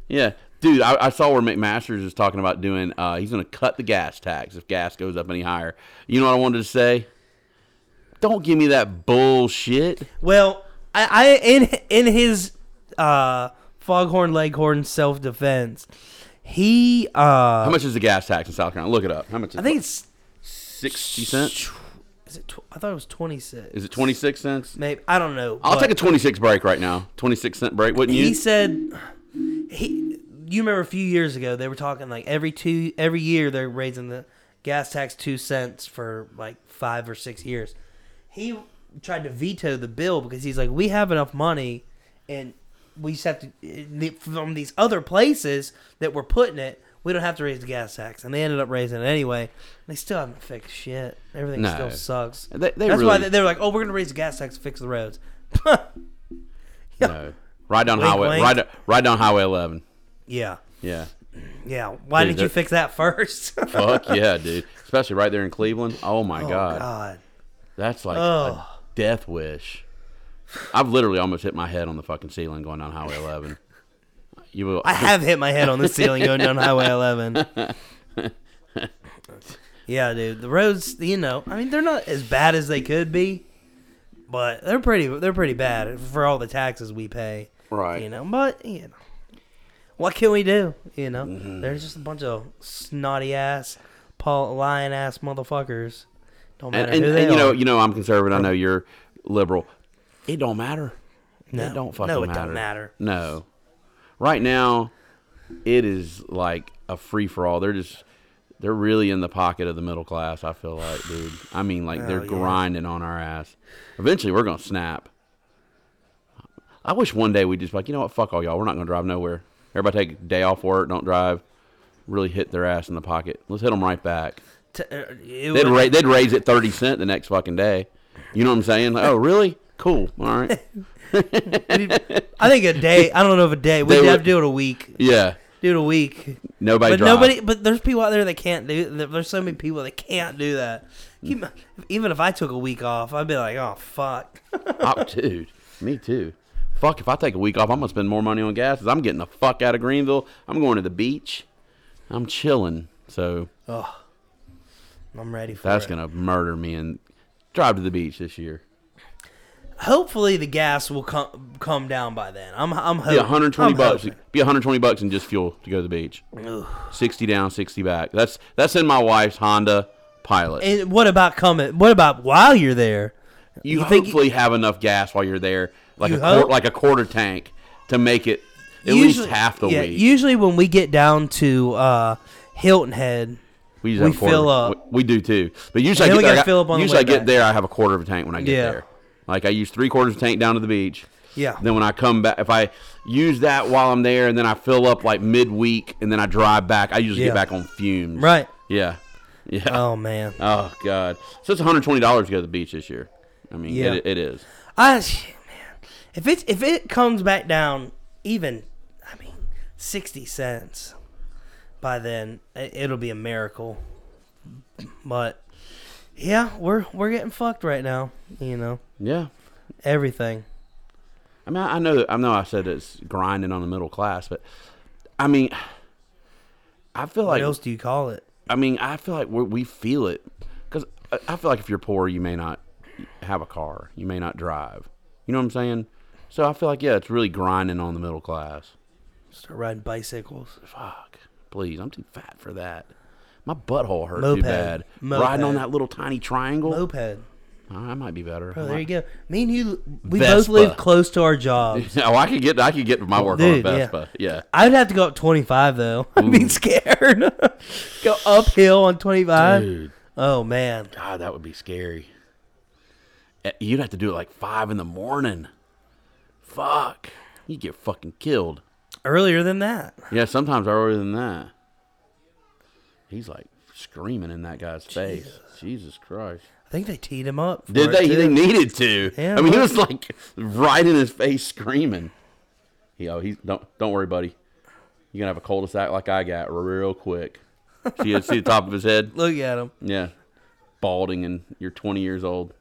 [SPEAKER 2] yeah, dude. I, I saw where McMaster's is talking about doing. Uh, he's gonna cut the gas tax if gas goes up any higher. You know what I wanted to say? Don't give me that bullshit.
[SPEAKER 1] Well, I, I in in his uh, foghorn leghorn self defense, he uh,
[SPEAKER 2] How much is the gas tax in South Carolina? Look it up. How much? Is
[SPEAKER 1] I think it's
[SPEAKER 2] sixty cents.
[SPEAKER 1] Is it? Tw- I thought it was twenty six.
[SPEAKER 2] Is it twenty six cents?
[SPEAKER 1] Maybe I don't know.
[SPEAKER 2] I'll
[SPEAKER 1] but
[SPEAKER 2] take a 26 break right now. 26 cent break, wouldn't
[SPEAKER 1] He
[SPEAKER 2] you?
[SPEAKER 1] said he. You remember a few years ago they were talking like every two every year they're raising the gas tax two cents for like five or six years. He tried to veto the bill because he's like, we have enough money, and we just have to from these other places that we're putting it. We don't have to raise the gas tax, and they ended up raising it anyway. They still haven't fixed shit. Everything
[SPEAKER 2] No.
[SPEAKER 1] still sucks.
[SPEAKER 2] They- they
[SPEAKER 1] That's why
[SPEAKER 2] really-
[SPEAKER 1] they, they were like, "Oh, we're gonna raise the gas tax, to fix the roads." [laughs]
[SPEAKER 2] No. Ride down
[SPEAKER 1] Wink,
[SPEAKER 2] highway.
[SPEAKER 1] wink.
[SPEAKER 2] Ride, ride down highway 11.
[SPEAKER 1] yeah,
[SPEAKER 2] Yeah.
[SPEAKER 1] Yeah, why
[SPEAKER 2] Dude,
[SPEAKER 1] didn't you
[SPEAKER 2] that-
[SPEAKER 1] fix that first? [laughs] oh
[SPEAKER 2] Fuck yeah, dude. Especially right there in Cleveland. Oh my god.
[SPEAKER 1] God.
[SPEAKER 2] That's like
[SPEAKER 1] Ugh.
[SPEAKER 2] a death wish. I've literally almost hit my head on the fucking ceiling going down Highway 11. You will.
[SPEAKER 1] I have hit my head on the ceiling going down Highway
[SPEAKER 2] [laughs]
[SPEAKER 1] 11. yeah, dude, the roads, you know, I mean, they're not as bad as they could be, but they're pretty, they're pretty bad for all the taxes we pay.
[SPEAKER 2] Right.
[SPEAKER 1] You know, but you know, what can we do? You know,
[SPEAKER 2] Mm-hmm.
[SPEAKER 1] there's just a bunch of snotty ass, Paul lying ass motherfuckers. Don't matter
[SPEAKER 2] and, and,
[SPEAKER 1] who they
[SPEAKER 2] and you
[SPEAKER 1] are.
[SPEAKER 2] know, you know, I'm conservative. I know you're liberal. It don't matter.
[SPEAKER 1] no,
[SPEAKER 2] It don't fucking
[SPEAKER 1] no, it
[SPEAKER 2] matter.
[SPEAKER 1] don't matter.
[SPEAKER 2] No. Right now, it is like a free for all. They're just they're really in the pocket of the middle class, I feel like, dude. I mean
[SPEAKER 1] [sighs]
[SPEAKER 2] like they're
[SPEAKER 1] Oh, yeah.
[SPEAKER 2] grinding on our ass. Eventually we're gonna snap. I wish one day we just be like, you know what, fuck all y'all, we're not gonna drive nowhere. Everybody take a day off work, don't drive. Really hit their ass in the pocket. Let's hit them right back.
[SPEAKER 1] T- uh, it
[SPEAKER 2] They'd,
[SPEAKER 1] would-
[SPEAKER 2] ra- they'd raise it thirty cent the next fucking day. You know what I'm saying? Like, oh, really? Cool.
[SPEAKER 1] [laughs]
[SPEAKER 2] All right.
[SPEAKER 1] I think a day. I don't know if a day. We
[SPEAKER 2] They
[SPEAKER 1] would
[SPEAKER 2] were-
[SPEAKER 1] have to do it a week.
[SPEAKER 2] Yeah.
[SPEAKER 1] Do it a week.
[SPEAKER 2] Nobody.
[SPEAKER 1] But
[SPEAKER 2] drive.
[SPEAKER 1] nobody. But there's people out there that can't do. that- There's so many people that can't do that. Keep my- Even if I took a week off, I'd be like, oh fuck.
[SPEAKER 2] [laughs] oh, dude, me too. Fuck, if I take a week off, I'm gonna spend more money on gas. 'cause I'm getting the fuck out of Greenville. I'm going to the beach. I'm chilling. So
[SPEAKER 1] Oh, I'm ready for
[SPEAKER 2] that's
[SPEAKER 1] it.
[SPEAKER 2] gonna murder me and drive to the beach this year.
[SPEAKER 1] Hopefully the gas will come come down by then. I'm I'm hoping.
[SPEAKER 2] Be 120
[SPEAKER 1] Oh, I'm
[SPEAKER 2] bucks.
[SPEAKER 1] hoping.
[SPEAKER 2] Be 120 bucks and just fuel to go to the beach. 60 down, 60 back. That's that's in my wife's Honda Pilot.
[SPEAKER 1] And what about coming? What about while you're there?
[SPEAKER 2] you,
[SPEAKER 1] you think-
[SPEAKER 2] hopefully have enough gas while you're there, like
[SPEAKER 1] You
[SPEAKER 2] a quar-
[SPEAKER 1] hope?
[SPEAKER 2] like a quarter tank to make it at least half the
[SPEAKER 1] yeah,
[SPEAKER 2] week.
[SPEAKER 1] Usually when we get down to uh, Hilton Head, We
[SPEAKER 2] We, usually have a quarter.
[SPEAKER 1] fill up.
[SPEAKER 2] We, we do too. But usually I
[SPEAKER 1] And
[SPEAKER 2] get
[SPEAKER 1] then we
[SPEAKER 2] there.
[SPEAKER 1] gotta
[SPEAKER 2] I got-
[SPEAKER 1] fill up on the
[SPEAKER 2] usually
[SPEAKER 1] way
[SPEAKER 2] I get
[SPEAKER 1] back.
[SPEAKER 2] there. I have a quarter of a tank when I get
[SPEAKER 1] Yeah.
[SPEAKER 2] there. Like I use three quarters of a tank down to the beach.
[SPEAKER 1] Yeah.
[SPEAKER 2] Then when I come back, if I use that while I'm there, and then I fill up like midweek, and then I drive back, I usually
[SPEAKER 1] Yeah.
[SPEAKER 2] get back on fumes.
[SPEAKER 1] right?
[SPEAKER 2] Yeah. Yeah.
[SPEAKER 1] Oh man.
[SPEAKER 2] oh God. So it's 120 dollars to go to the beach this year. I mean,
[SPEAKER 1] Yeah.
[SPEAKER 2] it, it is.
[SPEAKER 1] I Ah, shit, man, if it if it comes back down even, I mean, sixty cents by then, i- it'll be a miracle. But yeah, we're we're getting fucked right now. You know
[SPEAKER 2] Yeah.
[SPEAKER 1] everything.
[SPEAKER 2] I mean, I I know, I know, I said it's grinding on the middle class, but I mean, I feel
[SPEAKER 1] What
[SPEAKER 2] like
[SPEAKER 1] else do you call it?
[SPEAKER 2] I mean, I feel like we we feel it because I feel like if you're poor, you may not have a car, you may not drive. You know what I'm saying? So I feel like yeah, it's really grinding on the middle class.
[SPEAKER 1] Start riding bicycles.
[SPEAKER 2] Fuck, please, I'm too fat for that. My butthole hurt
[SPEAKER 1] Moped.
[SPEAKER 2] too bad.
[SPEAKER 1] Moped.
[SPEAKER 2] Riding on that little tiny triangle.
[SPEAKER 1] Moped.
[SPEAKER 2] Oh, that might be better.
[SPEAKER 1] Oh, there you go. Me and you, we both
[SPEAKER 2] Vespa.
[SPEAKER 1] live close to our jobs.
[SPEAKER 2] [laughs] oh, I could get I could get my work
[SPEAKER 1] Dude,
[SPEAKER 2] on a
[SPEAKER 1] yeah.
[SPEAKER 2] Vespa. Yeah.
[SPEAKER 1] I'd have to go up 25 though. [laughs] I'd be scared. [laughs] go uphill on 25.
[SPEAKER 2] Dude,
[SPEAKER 1] Oh man.
[SPEAKER 2] God, Ah, that would be scary. Eh, You'd have to do it like five in the morning. Fuck, you get fucking killed.
[SPEAKER 1] Earlier than that.
[SPEAKER 2] Yeah, sometimes earlier than that. He's like screaming in that guy's face. Jesus Christ.
[SPEAKER 1] I think they teed him up. for
[SPEAKER 2] Did
[SPEAKER 1] it,
[SPEAKER 2] they?
[SPEAKER 1] too.
[SPEAKER 2] They needed to.
[SPEAKER 1] Yeah,
[SPEAKER 2] I mean, he
[SPEAKER 1] right.
[SPEAKER 2] was like right in his face screaming. He, oh, he's don't don't worry, buddy. You're gonna have a cul-de-sac like I got real quick. See, see the top of his head?
[SPEAKER 1] Look at him.
[SPEAKER 2] Yeah, balding, and you're 20 years
[SPEAKER 1] [laughs]
[SPEAKER 2] old.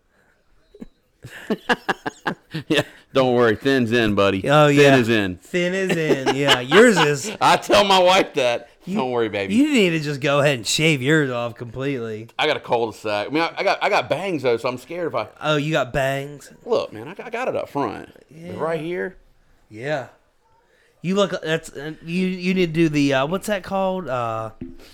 [SPEAKER 2] yeah, don't worry, thin's in, buddy.
[SPEAKER 1] Oh
[SPEAKER 2] Thin
[SPEAKER 1] yeah.
[SPEAKER 2] is in.
[SPEAKER 1] Thin is in. Yeah. Yours is.
[SPEAKER 2] I tell my wife that. [laughs] don't worry, baby.
[SPEAKER 1] You need to just go ahead and shave yours off completely.
[SPEAKER 2] I got a cul-de-sac. I mean, I, I got I got bangs though, so I'm scared if I
[SPEAKER 1] Oh, you got bangs.
[SPEAKER 2] look, man. I got, I got it up front, But right here.
[SPEAKER 1] Yeah. You look. That's uh, you. You need to do the uh, what's that called? Uh,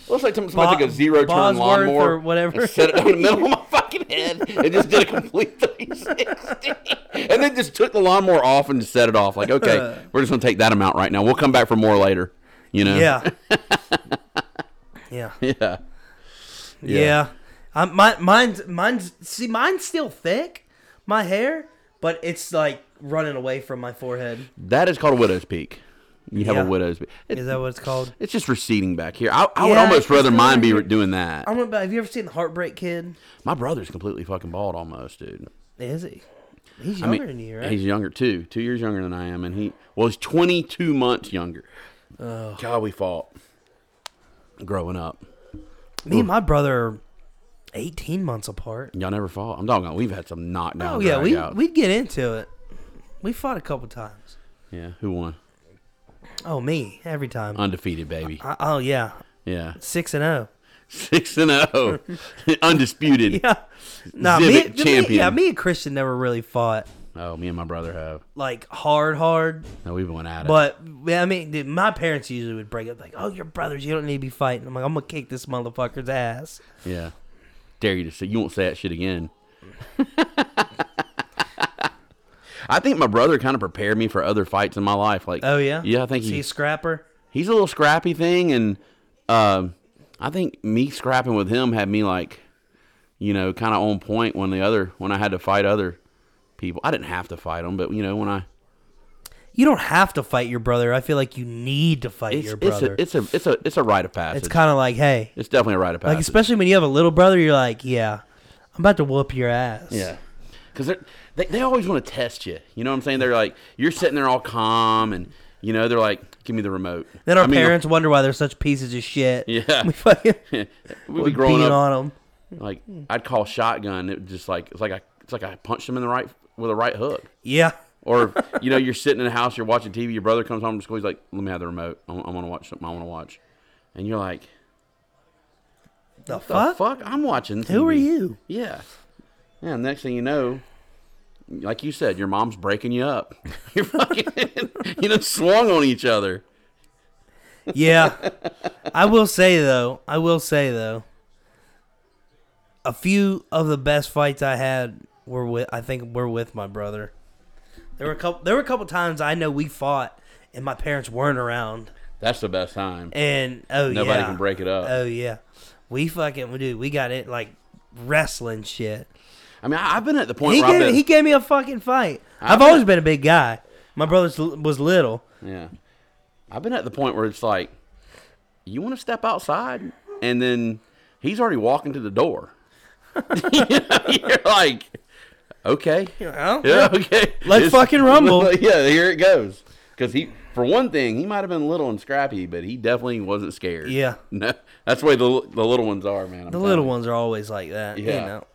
[SPEAKER 2] Looks like somebody took a zero turn
[SPEAKER 1] Bosworth
[SPEAKER 2] lawnmower
[SPEAKER 1] or whatever.
[SPEAKER 2] and set it down in the middle of my fucking head and just did a complete 360. and then just took the lawnmower off and just set it off.
[SPEAKER 1] [laughs]
[SPEAKER 2] Like, okay, we're just gonna take that amount right now. We'll come back for more later. You know?
[SPEAKER 1] yeah.
[SPEAKER 2] [laughs]
[SPEAKER 1] yeah.
[SPEAKER 2] Yeah.
[SPEAKER 1] Yeah. I'm, my mine's mine's see mine's still thick, my hair, but it's like running away from my forehead.
[SPEAKER 2] That is called a widow's peak. You have
[SPEAKER 1] Yeah.
[SPEAKER 2] a widow's peak. It-
[SPEAKER 1] Is that what it's called?
[SPEAKER 2] it's just receding back here. I, I would
[SPEAKER 1] Yeah,
[SPEAKER 2] almost
[SPEAKER 1] it's
[SPEAKER 2] rather
[SPEAKER 1] kinda
[SPEAKER 2] mine be
[SPEAKER 1] weird.
[SPEAKER 2] doing that.
[SPEAKER 1] I don't know. Have you ever seen the Heartbreak Kid?
[SPEAKER 2] My brother's completely fucking bald almost, dude.
[SPEAKER 1] Is he? He's
[SPEAKER 2] I
[SPEAKER 1] younger
[SPEAKER 2] mean,
[SPEAKER 1] than you, right?
[SPEAKER 2] He's younger too, two years younger than I am, and he well, he's twenty two months younger. God, we fought growing up.
[SPEAKER 1] Me and my brother are eighteen months apart.
[SPEAKER 2] Y'all never fought. I'm talking. We've had some knockdown.
[SPEAKER 1] Oh yeah, we
[SPEAKER 2] dragouts.
[SPEAKER 1] we'd get into it. We fought a couple times.
[SPEAKER 2] yeah. Who won?
[SPEAKER 1] Oh me, every
[SPEAKER 2] Uh,
[SPEAKER 1] time.
[SPEAKER 2] Undefeated, baby.
[SPEAKER 1] I, oh yeah,
[SPEAKER 2] Yeah,
[SPEAKER 1] six and oh. [laughs]
[SPEAKER 2] six and zero, [laughs] undisputed.
[SPEAKER 1] Yeah, nah, me,
[SPEAKER 2] Exhibit
[SPEAKER 1] me, yeah,
[SPEAKER 2] champion.
[SPEAKER 1] me and Christian never really fought
[SPEAKER 2] Oh, me and my brother have.
[SPEAKER 1] like hard, hard.
[SPEAKER 2] No, we've went at it.
[SPEAKER 1] But yeah, I mean, dude, my parents usually would break up like, "Oh, your brothers, you don't need to be fighting." I'm like, "I'm gonna kick this motherfucker's ass."
[SPEAKER 2] yeah, dare you to say you won't say that
[SPEAKER 1] [laughs]
[SPEAKER 2] shit again. I think my brother kind of prepared me for other fights in my life. Like,
[SPEAKER 1] Oh yeah,
[SPEAKER 2] yeah. I think
[SPEAKER 1] See,
[SPEAKER 2] he
[SPEAKER 1] scrapper.
[SPEAKER 2] he's a little scrappy thing, and um, I think me scrapping with him had me like, you know, kind of on point when the other when I had to fight other people. I didn't have to fight them, but you know when I
[SPEAKER 1] You don't have to fight your brother. I feel like you need to fight
[SPEAKER 2] it's
[SPEAKER 1] your
[SPEAKER 2] it's
[SPEAKER 1] brother.
[SPEAKER 2] a, it's a it's a it's a rite of passage.
[SPEAKER 1] it's
[SPEAKER 2] It's,
[SPEAKER 1] kind of like, hey,
[SPEAKER 2] definitely a rite of
[SPEAKER 1] like
[SPEAKER 2] passage.
[SPEAKER 1] especially when you have a little brother, you're like, yeah, I'm about to whoop your ass.
[SPEAKER 2] yeah. Because they, they always want to test you. You know what I'm saying? They're like, you're sitting there all calm, and, you know, they're like, give me the remote.
[SPEAKER 1] Then our
[SPEAKER 2] I mean,
[SPEAKER 1] parents wonder why they're such pieces of shit.
[SPEAKER 2] [laughs] Yeah.
[SPEAKER 1] [laughs] we
[SPEAKER 2] [laughs]
[SPEAKER 1] fucking
[SPEAKER 2] We'd be
[SPEAKER 1] we
[SPEAKER 2] growing
[SPEAKER 1] beat
[SPEAKER 2] up.
[SPEAKER 1] on them.
[SPEAKER 2] Like,
[SPEAKER 1] Hmm.
[SPEAKER 2] I'd call shotgun. It was just like, it's like I, it's like I punched him in the right, with a right hook.
[SPEAKER 1] Yeah, [laughs]
[SPEAKER 2] Or you know, you're sitting in the house, you're watching TV. Your brother comes home from school. He's like, "Let me have the remote. I want to watch something. I want to watch." And you're like,
[SPEAKER 1] the
[SPEAKER 2] "The
[SPEAKER 1] fuck?
[SPEAKER 2] fuck? I'm watching." TV.
[SPEAKER 1] Who are you?
[SPEAKER 2] Yeah. Yeah. and Next thing you know, like you said, your mom's breaking you up. [laughs] You're fucking, [laughs] you know, swung on each other. [laughs]
[SPEAKER 1] yeah. I will say though, I will say though, a few of the best fights I had were with I think were with my brother. There were a couple there were a couple times I know we fought and my parents weren't around.
[SPEAKER 2] That's the best time.
[SPEAKER 1] And oh yeah.
[SPEAKER 2] Nobody can break it up.
[SPEAKER 1] Oh yeah. We fucking we do. We got it like wrestling shit.
[SPEAKER 2] I mean, I, I've been at the point
[SPEAKER 1] He
[SPEAKER 2] where I've
[SPEAKER 1] gave,
[SPEAKER 2] been,
[SPEAKER 1] he gave me a fucking fight.
[SPEAKER 2] I-
[SPEAKER 1] I've always been a big guy. My brother was little.
[SPEAKER 2] yeah, I've been at the point where it's like, you want to step outside, and then he's already walking to the door. [laughs] you're like, okay.
[SPEAKER 1] Well,
[SPEAKER 2] Yeah, okay.
[SPEAKER 1] Let's fucking rumble.
[SPEAKER 2] [laughs] yeah, here it goes. Because he, for one thing, he might have been little and scrappy, but he definitely wasn't scared.
[SPEAKER 1] Yeah.
[SPEAKER 2] [laughs] no, that's the way the the little ones are, man. I'm
[SPEAKER 1] The
[SPEAKER 2] telling
[SPEAKER 1] little
[SPEAKER 2] you.
[SPEAKER 1] ones are always like that. You
[SPEAKER 2] Yeah.
[SPEAKER 1] know.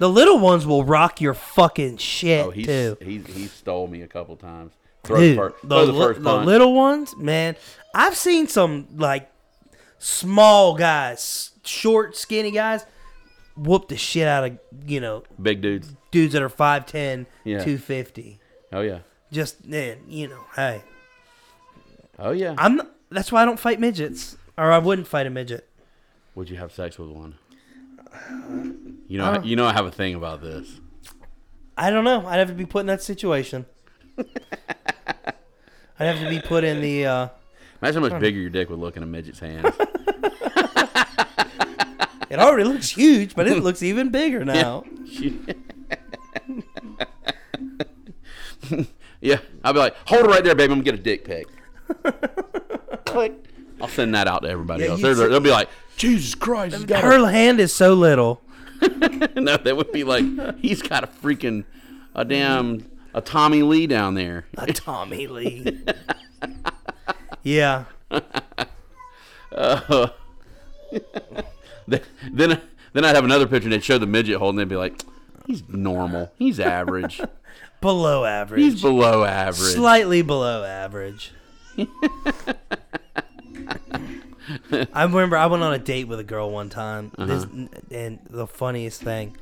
[SPEAKER 1] The little ones will rock your fucking shit
[SPEAKER 2] Oh, he's,
[SPEAKER 1] too.
[SPEAKER 2] he's he stole me a couple times. Throw
[SPEAKER 1] Dude,
[SPEAKER 2] the, fir-
[SPEAKER 1] the,
[SPEAKER 2] throw the
[SPEAKER 1] li-
[SPEAKER 2] first
[SPEAKER 1] the
[SPEAKER 2] punch.
[SPEAKER 1] little ones, man. I've seen some like small guys, short, skinny guys, whoop the shit out of you know
[SPEAKER 2] big dudes.
[SPEAKER 1] dudes that are 5'10",
[SPEAKER 2] Yeah.
[SPEAKER 1] 250.
[SPEAKER 2] Oh yeah,
[SPEAKER 1] Just man, you know, hey,
[SPEAKER 2] oh yeah.
[SPEAKER 1] I'm. Not, that's why I don't fight midgets, or I wouldn't fight a midget.
[SPEAKER 2] Would you have sex with one? You know, you know, I have a thing about this.
[SPEAKER 1] I don't know. I'd have to be put in that situation. [laughs] I'd have to be put in the. Uh,
[SPEAKER 2] Imagine how much bigger your dick would look in a
[SPEAKER 1] [laughs]
[SPEAKER 2] midget's hand. [laughs]
[SPEAKER 1] it already looks huge, but it looks even
[SPEAKER 2] [laughs]
[SPEAKER 1] bigger now.
[SPEAKER 2] yeah, I'll be like, hold it right there, baby. I'm gonna get a
[SPEAKER 1] [laughs]
[SPEAKER 2] dick pic. Click. I'll send that out to everybody
[SPEAKER 1] Yeah,
[SPEAKER 2] else.
[SPEAKER 1] you
[SPEAKER 2] They're,
[SPEAKER 1] said-
[SPEAKER 2] they'll be like, Jesus Christ, he's got a
[SPEAKER 1] Her hand is so little.
[SPEAKER 2] [laughs] no, they would be like, he's got a freaking a damn a Tommy Lee down there.
[SPEAKER 1] A Tommy
[SPEAKER 2] [laughs]
[SPEAKER 1] Lee. yeah.
[SPEAKER 2] Th- then then I'd have another picture and they'd show the midget holding. They'd be like, he's normal. He's
[SPEAKER 1] [laughs]
[SPEAKER 2] average.
[SPEAKER 1] Below average.
[SPEAKER 2] He's below average.
[SPEAKER 1] Slightly below average.
[SPEAKER 2] [laughs]
[SPEAKER 1] I remember I went on a date with a girl one time.
[SPEAKER 2] Uh-huh.
[SPEAKER 1] This, and the funniest thing,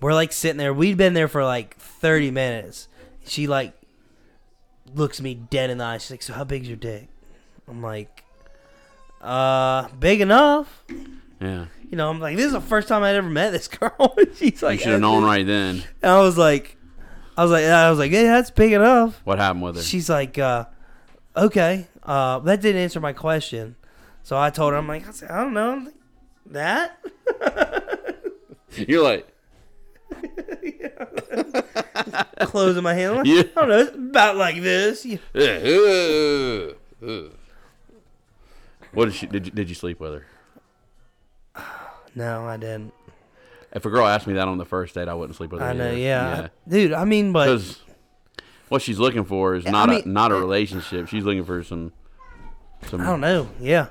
[SPEAKER 1] we're like sitting there. We'd been there for like 30 minutes. She like looks me dead in the eye. She's like, "So how big's your dick?" I'm like, "Uh, big enough."
[SPEAKER 2] yeah,
[SPEAKER 1] You know, I'm like, "This is the first time I'd ever met this [laughs] girl." And She's
[SPEAKER 2] you
[SPEAKER 1] like,
[SPEAKER 2] should have known right then
[SPEAKER 1] And I was like, I was like, I was like, "Yeah, that's big enough."
[SPEAKER 2] what happened with her.
[SPEAKER 1] she's like, uh, okay, uh, that didn't answer my question. So I told her, I'm like, I, said, I don't know that.
[SPEAKER 2] You're like,
[SPEAKER 1] Closing my hand, I'm like, [laughs]
[SPEAKER 2] [laughs] Yeah.
[SPEAKER 1] I don't know, it's about like this. You-
[SPEAKER 2] "Ugh, ugh, ugh." what did she? Did you, did you sleep with her?
[SPEAKER 1] No, I didn't.
[SPEAKER 2] If a girl asked me that on the first date, I wouldn't sleep with her.
[SPEAKER 1] I know,
[SPEAKER 2] either.
[SPEAKER 1] yeah. dude. I mean, but
[SPEAKER 2] because what she's looking for is not a
[SPEAKER 1] mean-
[SPEAKER 2] not a relationship. She's looking for some some
[SPEAKER 1] I don't know. Yeah,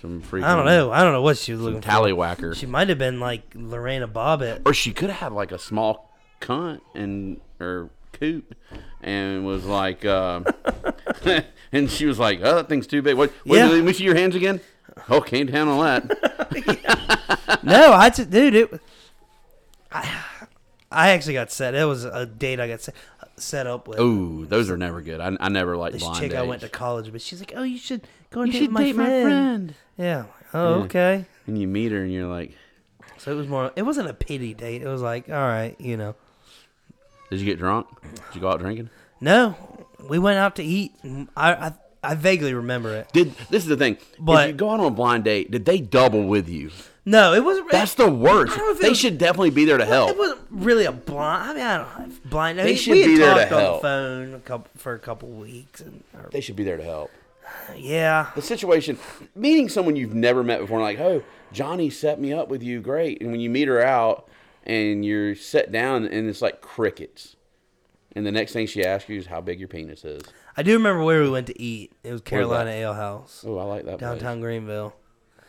[SPEAKER 2] some freaking
[SPEAKER 1] I don't know. I don't know what she was looking for.
[SPEAKER 2] tallywhacker,
[SPEAKER 1] She might have been like Lorena Bobbitt.
[SPEAKER 2] [laughs] or she could have had like a small cunt and or coot and was like, uh, [laughs] and she was like, oh, that thing's too big. What? what
[SPEAKER 1] Yeah.
[SPEAKER 2] Let me see your hands again. Oh, can't handle that.
[SPEAKER 1] no, I just, dude, it. I, I actually got set. It was a date I got set, set up with.
[SPEAKER 2] Ooh, those are never good. I, I never like
[SPEAKER 1] this
[SPEAKER 2] blind
[SPEAKER 1] chick I went to
[SPEAKER 2] dates.
[SPEAKER 1] college with. She's like, "Oh, you should go and
[SPEAKER 2] You
[SPEAKER 1] date,
[SPEAKER 2] should
[SPEAKER 1] my,
[SPEAKER 2] date
[SPEAKER 1] friend.
[SPEAKER 2] my friend.
[SPEAKER 1] Yeah. I'm like, Oh, okay.
[SPEAKER 2] And you meet her and you're like,
[SPEAKER 1] So it was more. It wasn't a pity date. It was like, all right, you know.
[SPEAKER 2] did you get drunk? Did you go out drinking?
[SPEAKER 1] No, we went out to eat. and I I, I vaguely remember it.
[SPEAKER 2] Did this is the thing?
[SPEAKER 1] But-
[SPEAKER 2] if you go out on a blind date, did they double with you?
[SPEAKER 1] No, it wasn't.
[SPEAKER 2] That's the worst.
[SPEAKER 1] I don't know if it
[SPEAKER 2] They
[SPEAKER 1] was-
[SPEAKER 2] should definitely be there to help.
[SPEAKER 1] It wasn't really a blind. I mean, I don't know, blind.
[SPEAKER 2] They
[SPEAKER 1] we-
[SPEAKER 2] should
[SPEAKER 1] we had
[SPEAKER 2] be there to
[SPEAKER 1] talked on
[SPEAKER 2] help.
[SPEAKER 1] the phone a couple, for a couple weeks. And, or-
[SPEAKER 2] They should be there to help.
[SPEAKER 1] yeah,
[SPEAKER 2] The situation, meeting someone you've never met before, and like, oh, Johnny set me up with you, great. And when you meet her out, and you're set down, and it's like crickets. And the next thing she asks you is how big your penis is.
[SPEAKER 1] I do remember where we went to eat. It was Carolina
[SPEAKER 2] that?
[SPEAKER 1] Ale House.
[SPEAKER 2] Oh, I like that. place.
[SPEAKER 1] downtown Greenville.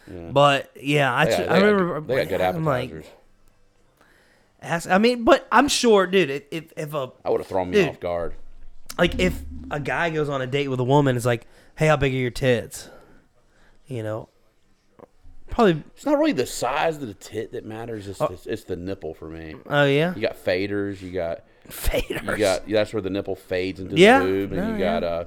[SPEAKER 1] But yeah, I,
[SPEAKER 2] They
[SPEAKER 1] tr-
[SPEAKER 2] got-
[SPEAKER 1] I
[SPEAKER 2] they got
[SPEAKER 1] remember
[SPEAKER 2] good- they got good
[SPEAKER 1] I'm like,
[SPEAKER 2] appetizers.
[SPEAKER 1] ask, I mean, but I'm sure, dude. If if, if a
[SPEAKER 2] I would have thrown me
[SPEAKER 1] Dude.
[SPEAKER 2] off guard.
[SPEAKER 1] like if a guy goes on a date with a woman, it's like, hey, how big are your tits? You know, probably.
[SPEAKER 2] It's not really the size of the tit that matters. It's, the, it's the nipple for me.
[SPEAKER 1] Oh yeah,
[SPEAKER 2] You got faders. You got
[SPEAKER 1] [laughs] faders.
[SPEAKER 2] You got that's where the nipple fades into
[SPEAKER 1] Yeah.
[SPEAKER 2] the boob, and
[SPEAKER 1] No,
[SPEAKER 2] you
[SPEAKER 1] yeah.
[SPEAKER 2] got uh,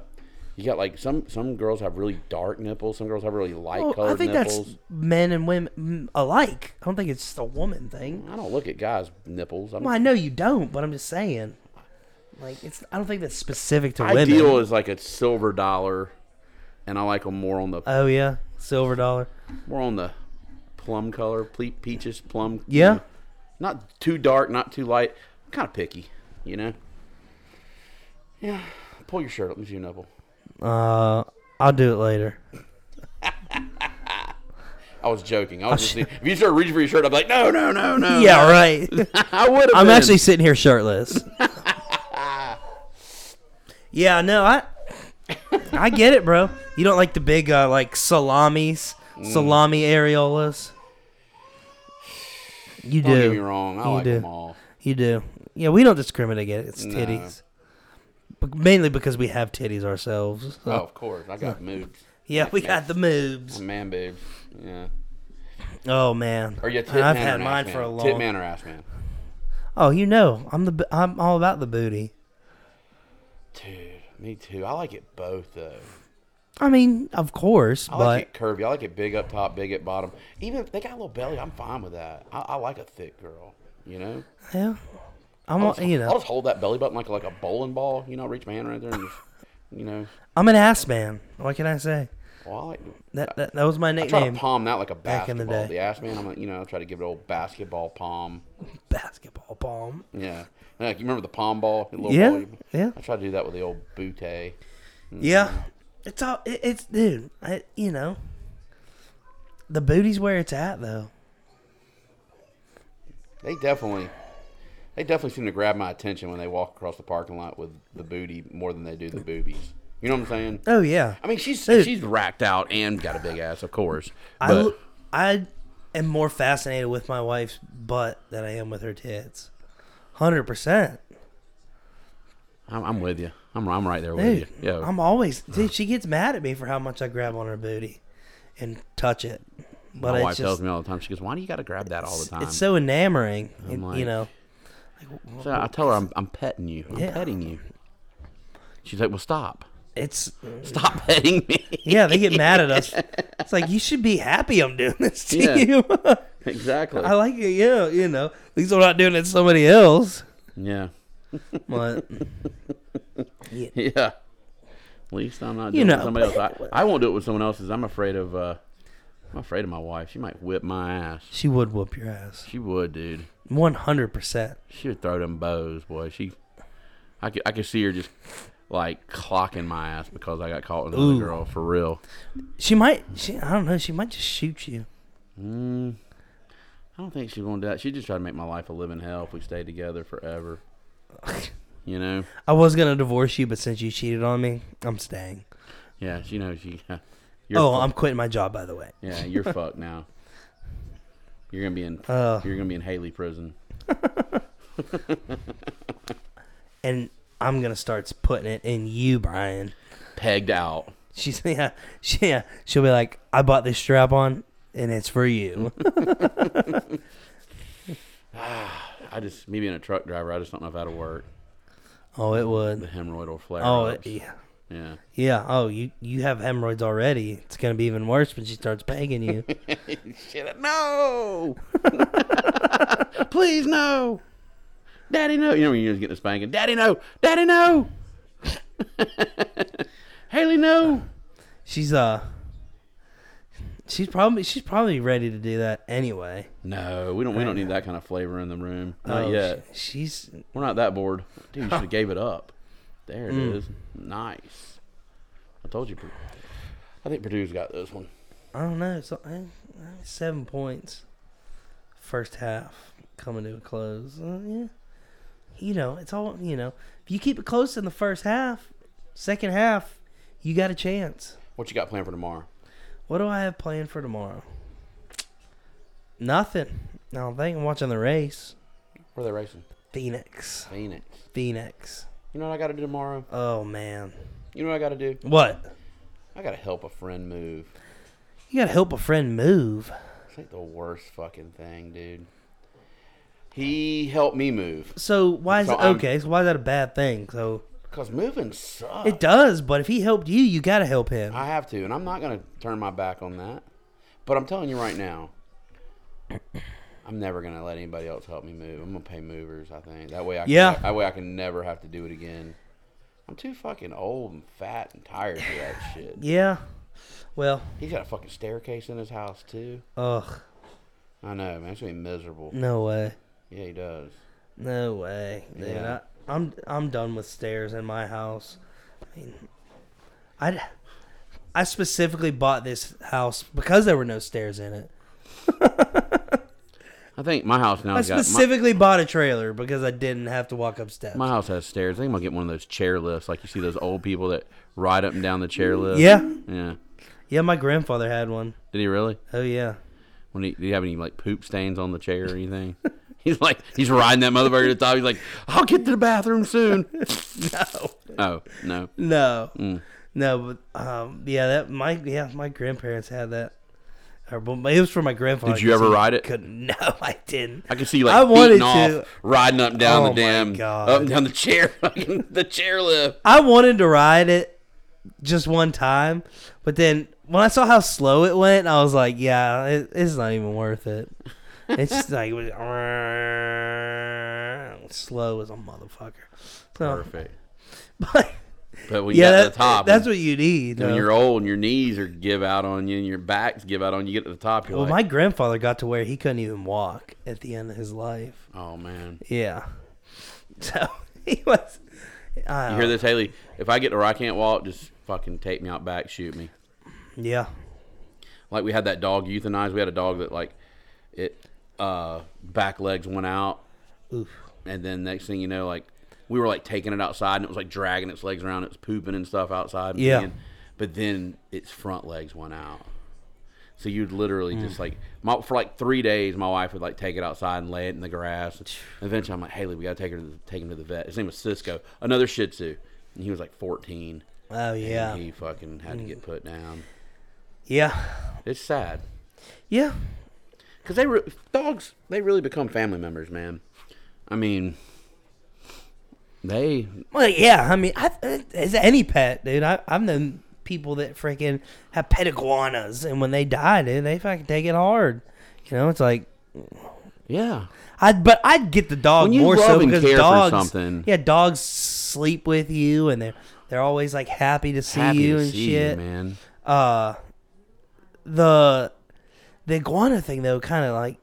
[SPEAKER 2] you got like some some girls have really dark nipples, some girls have really light
[SPEAKER 1] Well,
[SPEAKER 2] colored
[SPEAKER 1] I think
[SPEAKER 2] nipples.
[SPEAKER 1] that's men and women mm, alike. I don't think it's just a woman thing.
[SPEAKER 2] I don't look at guys' nipples. I'm,
[SPEAKER 1] Well, I know you don't, but I'm just saying. Like it's, I don't think that's specific to women.
[SPEAKER 2] ideal is like a silver dollar, and I like them more on the
[SPEAKER 1] Oh yeah, silver dollar.
[SPEAKER 2] more on the plum color, ple- peaches plum. you
[SPEAKER 1] Yeah.
[SPEAKER 2] know. not too dark, not too light. I'm kind of picky, you know. Yeah, pull your shirt up. Let me see your nipple.
[SPEAKER 1] Uh, I'll do it
[SPEAKER 2] [laughs]
[SPEAKER 1] later.
[SPEAKER 2] I was joking. I was just, if you start reaching for your shirt, I'd be like, no, no,
[SPEAKER 1] [laughs]
[SPEAKER 2] no, no.
[SPEAKER 1] Yeah, right.
[SPEAKER 2] [laughs] I would have.
[SPEAKER 1] I'm
[SPEAKER 2] been.
[SPEAKER 1] actually sitting here shirtless. [laughs] yeah, no, I I get it, bro. You don't like the big uh, like salamis,
[SPEAKER 2] Mm.
[SPEAKER 1] salami areolas. You
[SPEAKER 2] Don't
[SPEAKER 1] do.
[SPEAKER 2] get me wrong. I
[SPEAKER 1] You
[SPEAKER 2] like
[SPEAKER 1] do.
[SPEAKER 2] them all.
[SPEAKER 1] You do. Yeah, we don't discriminate against titties. But mainly because we have titties ourselves.
[SPEAKER 2] Oh, of course. I got moobs.
[SPEAKER 1] [laughs] Yeah, we got the moves.
[SPEAKER 2] Man boobs. Yeah.
[SPEAKER 1] Oh man.
[SPEAKER 2] Or you a tit
[SPEAKER 1] I've
[SPEAKER 2] man or
[SPEAKER 1] had
[SPEAKER 2] an
[SPEAKER 1] mine
[SPEAKER 2] ass
[SPEAKER 1] for
[SPEAKER 2] man?
[SPEAKER 1] a long.
[SPEAKER 2] Tit man or ass man?
[SPEAKER 1] Oh, you know, I'm the b- I'm all about the booty.
[SPEAKER 2] Dude, me too. I like it both, though.
[SPEAKER 1] I mean, of course,
[SPEAKER 2] I
[SPEAKER 1] but
[SPEAKER 2] like it curvy. I like it big up top, big at bottom. Even if they got a little belly, I'm fine with that. I, I like a thick girl, you know?
[SPEAKER 1] Yeah. I'm
[SPEAKER 2] I'll just,
[SPEAKER 1] you
[SPEAKER 2] I'll
[SPEAKER 1] know
[SPEAKER 2] just hold that belly button like like a bowling ball. You know, reach my hand right there and just, you know,
[SPEAKER 1] I'm an ass man. What can I say?
[SPEAKER 2] well, I like.
[SPEAKER 1] That that, that was my
[SPEAKER 2] I try to
[SPEAKER 1] nickname.
[SPEAKER 2] palm that like a
[SPEAKER 1] Back in the
[SPEAKER 2] basketball.
[SPEAKER 1] day.
[SPEAKER 2] the ass man. I'm like, you know, I try to give it an old basketball palm.
[SPEAKER 1] Basketball palm.
[SPEAKER 2] Yeah. Like, you remember the palm ball? The little
[SPEAKER 1] Yeah,
[SPEAKER 2] ball you-
[SPEAKER 1] yeah.
[SPEAKER 2] I tried to do that with the old bootay. Mm.
[SPEAKER 1] Yeah, it's all it, it's dude. I, you know, the booty's where it's at though.
[SPEAKER 2] They definitely, they definitely seem to grab my attention when they walk across the parking lot with the booty more than they do the boobies. You know what I'm saying?
[SPEAKER 1] Oh yeah.
[SPEAKER 2] I mean, she's
[SPEAKER 1] Dude.
[SPEAKER 2] she's racked out and got a big ass, of course.
[SPEAKER 1] I,
[SPEAKER 2] But
[SPEAKER 1] l- I am more fascinated with my wife's butt than I am with her tits. 100%.
[SPEAKER 2] I'm, I'm with you. I'm I'm right there with
[SPEAKER 1] Dude,
[SPEAKER 2] you. Yeah.
[SPEAKER 1] I'm always, dude, she gets mad at me for how much I grab on her booty and touch it. But
[SPEAKER 2] my
[SPEAKER 1] it's
[SPEAKER 2] wife
[SPEAKER 1] just,
[SPEAKER 2] tells me all the time. She goes, "Why do you got to grab that all the time?"
[SPEAKER 1] it's so enamoring, it-
[SPEAKER 2] like-
[SPEAKER 1] you know.
[SPEAKER 2] So I tell her, "I'm, I'm petting you. I'm
[SPEAKER 1] Yeah.
[SPEAKER 2] petting you." She's like, "Well, stop,
[SPEAKER 1] It's,
[SPEAKER 2] stop [laughs] petting me."
[SPEAKER 1] yeah, they get mad at us. It's like, you should be happy I'm doing this to
[SPEAKER 2] Yeah.
[SPEAKER 1] you. [laughs]
[SPEAKER 2] exactly.
[SPEAKER 1] I like it, yeah, you know. At least I'm not doing it to somebody else.
[SPEAKER 2] yeah.
[SPEAKER 1] But,
[SPEAKER 2] [laughs] Yeah. At least I'm not doing
[SPEAKER 1] You
[SPEAKER 2] it
[SPEAKER 1] know,
[SPEAKER 2] with somebody else. I, I won't do it with someone else's. I'm afraid of uh I'm afraid of my wife. She might whip my ass.
[SPEAKER 1] she would whoop your ass.
[SPEAKER 2] She would, dude.
[SPEAKER 1] 100%.
[SPEAKER 2] She would throw them bows, boy. She I could I could see her just like clocking my ass because I got caught with another
[SPEAKER 1] Ooh.
[SPEAKER 2] girl for real.
[SPEAKER 1] She might. She. I don't know. She might just shoot you.
[SPEAKER 2] Mm, I don't think she's gonna do that. She just tried to make my life a living hell if we stayed together forever.
[SPEAKER 1] [laughs]
[SPEAKER 2] You know?
[SPEAKER 1] I was gonna divorce you, but since you cheated on me, I'm staying.
[SPEAKER 2] Yeah, she knows she [laughs]
[SPEAKER 1] oh, I'm quitting my job. By the way,
[SPEAKER 2] Yeah, you're fucked now. You're gonna be in.
[SPEAKER 1] Uh.
[SPEAKER 2] you're gonna be in Haley prison.
[SPEAKER 1] and I'm gonna start putting it in you, Brian. [laughs]
[SPEAKER 2] Pegged out.
[SPEAKER 1] She's yeah. She, yeah. She'll be like, I bought this strap on, and it's for you. [laughs]
[SPEAKER 2] I just me being a truck driver. I just don't know if that'll work.
[SPEAKER 1] oh, it
[SPEAKER 2] The
[SPEAKER 1] would.
[SPEAKER 2] hemorrhoidal flare.
[SPEAKER 1] Oh,
[SPEAKER 2] ups.
[SPEAKER 1] it, yeah.
[SPEAKER 2] yeah.
[SPEAKER 1] Yeah. Oh, you you have hemorrhoids already. It's gonna be even worse when she starts pegging
[SPEAKER 2] [laughs]
[SPEAKER 1] you.
[SPEAKER 2] Shit, no. [laughs] Please no. Daddy no. You know when you just get the spanking. Daddy no. Daddy no. [laughs] Haley no.
[SPEAKER 1] she's uh. She's probably she's probably ready to do that anyway.
[SPEAKER 2] No, we don't. We don't need that kind of flavor in the room. Not
[SPEAKER 1] Oh,
[SPEAKER 2] yet.
[SPEAKER 1] sh- she's
[SPEAKER 2] We're not that bored. Dude, you should have gave it up. There it is. Nice. I told you. Purdue- I think Purdue's got this one.
[SPEAKER 1] I don't know. So, I, I, seven points. First half coming to a close. Uh, yeah. You know, it's all, you know, if you keep it close in the first half, second half, you got a chance.
[SPEAKER 2] What you got planned for tomorrow?
[SPEAKER 1] What do I have planned for tomorrow? Nothing. I don't think I'm watching the race.
[SPEAKER 2] Where are they racing?
[SPEAKER 1] Phoenix.
[SPEAKER 2] Phoenix.
[SPEAKER 1] Phoenix.
[SPEAKER 2] You know what I got to do tomorrow?
[SPEAKER 1] Oh, man.
[SPEAKER 2] You know what I got to do?
[SPEAKER 1] What?
[SPEAKER 2] I got to help a friend move.
[SPEAKER 1] You got to help a friend move.
[SPEAKER 2] It's like the worst fucking thing, dude. He helped me move.
[SPEAKER 1] So, why is
[SPEAKER 2] So
[SPEAKER 1] it
[SPEAKER 2] I'm-
[SPEAKER 1] okay? So, why is that a bad thing? So,
[SPEAKER 2] Because moving sucks.
[SPEAKER 1] it does, but if he helped you, you got to help him.
[SPEAKER 2] I have to, and I'm not going to turn my back on that. But I'm telling you right now, I'm never going to let anybody else help me move. I'm going to pay movers. I think that way. I can,
[SPEAKER 1] Yeah.
[SPEAKER 2] That way I can never have to do it again. I'm too fucking old and fat and tired for that
[SPEAKER 1] [laughs]
[SPEAKER 2] shit.
[SPEAKER 1] Yeah. Well,
[SPEAKER 2] He's got a fucking staircase in his house too.
[SPEAKER 1] ugh,
[SPEAKER 2] I know, man. It's gonna be miserable.
[SPEAKER 1] no way,
[SPEAKER 2] Yeah, he does.
[SPEAKER 1] no way, dude.
[SPEAKER 2] Yeah.
[SPEAKER 1] I, I'm I'm done with stairs in my house. I mean, I I specifically bought this house because there were no stairs in it.
[SPEAKER 2] I think my house now
[SPEAKER 1] I
[SPEAKER 2] has got my,
[SPEAKER 1] specifically bought a trailer because I didn't have to walk up steps.
[SPEAKER 2] my house has stairs. I think I'm gonna get one of those chair lifts, like you see those old people that ride up and down the chair lift.
[SPEAKER 1] Mm, Yeah.
[SPEAKER 2] yeah.
[SPEAKER 1] yeah, my grandfather had one.
[SPEAKER 2] Did he really?
[SPEAKER 1] Oh yeah.
[SPEAKER 2] When he, did he have any like poop stains on the chair or anything? [laughs] he's like he's riding that motherfucker to the top. He's like, I'll get to the bathroom soon. [laughs]
[SPEAKER 1] No.
[SPEAKER 2] oh Mm. no,
[SPEAKER 1] No. No, but um, yeah, that my yeah my grandparents had that. Or, but it was for my grandfather.
[SPEAKER 2] Did you
[SPEAKER 1] 'cause
[SPEAKER 2] ever
[SPEAKER 1] he
[SPEAKER 2] ride it?
[SPEAKER 1] Couldn't. [laughs] No, I didn't.
[SPEAKER 2] I can see you like
[SPEAKER 1] I wanted
[SPEAKER 2] beating off,
[SPEAKER 1] to.
[SPEAKER 2] riding up and down
[SPEAKER 1] Oh,
[SPEAKER 2] the
[SPEAKER 1] my
[SPEAKER 2] damn,
[SPEAKER 1] God.
[SPEAKER 2] up and down the chair, [laughs] fucking the chair lift.
[SPEAKER 1] I wanted to ride it just one time, but then when I saw how slow it went, I was like, yeah, it, it's not even worth it. It's just like it was- [laughs] slow as a motherfucker. So,
[SPEAKER 2] Perfect.
[SPEAKER 1] [laughs] but
[SPEAKER 2] But when you
[SPEAKER 1] Oh. yeah, that,
[SPEAKER 2] get to the top,
[SPEAKER 1] that's
[SPEAKER 2] and
[SPEAKER 1] what you need.
[SPEAKER 2] when
[SPEAKER 1] though.
[SPEAKER 2] you're old and your knees are give out on you and your backs give out on you, you get to the top, you're
[SPEAKER 1] well,
[SPEAKER 2] like,
[SPEAKER 1] my grandfather got to where he couldn't even walk at the end of his life.
[SPEAKER 2] oh man.
[SPEAKER 1] Yeah. [laughs] So he was.
[SPEAKER 2] You
[SPEAKER 1] Uh,
[SPEAKER 2] hear this, Haley? If I get to where I can't walk, just fucking take me out back, shoot me.
[SPEAKER 1] yeah.
[SPEAKER 2] Like we had that dog euthanized. We had a dog that like it uh back legs went out
[SPEAKER 1] Oof.
[SPEAKER 2] and then next thing you know, like we were like taking it outside and it was like dragging its legs around, it was pooping and stuff outside. and
[SPEAKER 1] Yeah.
[SPEAKER 2] peeing. But then its front legs went out. So you'd literally
[SPEAKER 1] Mm.
[SPEAKER 2] just like my, for like three days, my wife would like take it outside and lay it in the grass.
[SPEAKER 1] [sighs]
[SPEAKER 2] And eventually, I'm like, Haley, we gotta take her to the, take him to the vet. His name was Cisco, another Shih Tzu, and he was like 14.
[SPEAKER 1] Oh
[SPEAKER 2] and
[SPEAKER 1] yeah. Mm.
[SPEAKER 2] he fucking had to get put down.
[SPEAKER 1] Yeah.
[SPEAKER 2] It's sad.
[SPEAKER 1] Yeah.
[SPEAKER 2] Because they re- dogs, they really become family members, man. I mean, they
[SPEAKER 1] Well, yeah. I mean, I, as any pet, dude, I, I've known people that freaking have pet iguanas, and when they die, dude, they fucking take it hard. You know, it's like
[SPEAKER 2] yeah.
[SPEAKER 1] I, but I'd get the dog
[SPEAKER 2] When you
[SPEAKER 1] more so
[SPEAKER 2] love and
[SPEAKER 1] because
[SPEAKER 2] care for
[SPEAKER 1] dogs,
[SPEAKER 2] something-
[SPEAKER 1] yeah, dogs sleep with you, and they're they're always like happy to see
[SPEAKER 2] happy
[SPEAKER 1] you
[SPEAKER 2] to
[SPEAKER 1] and
[SPEAKER 2] see
[SPEAKER 1] shit.
[SPEAKER 2] you, man.
[SPEAKER 1] uh the the iguana thing though kind of like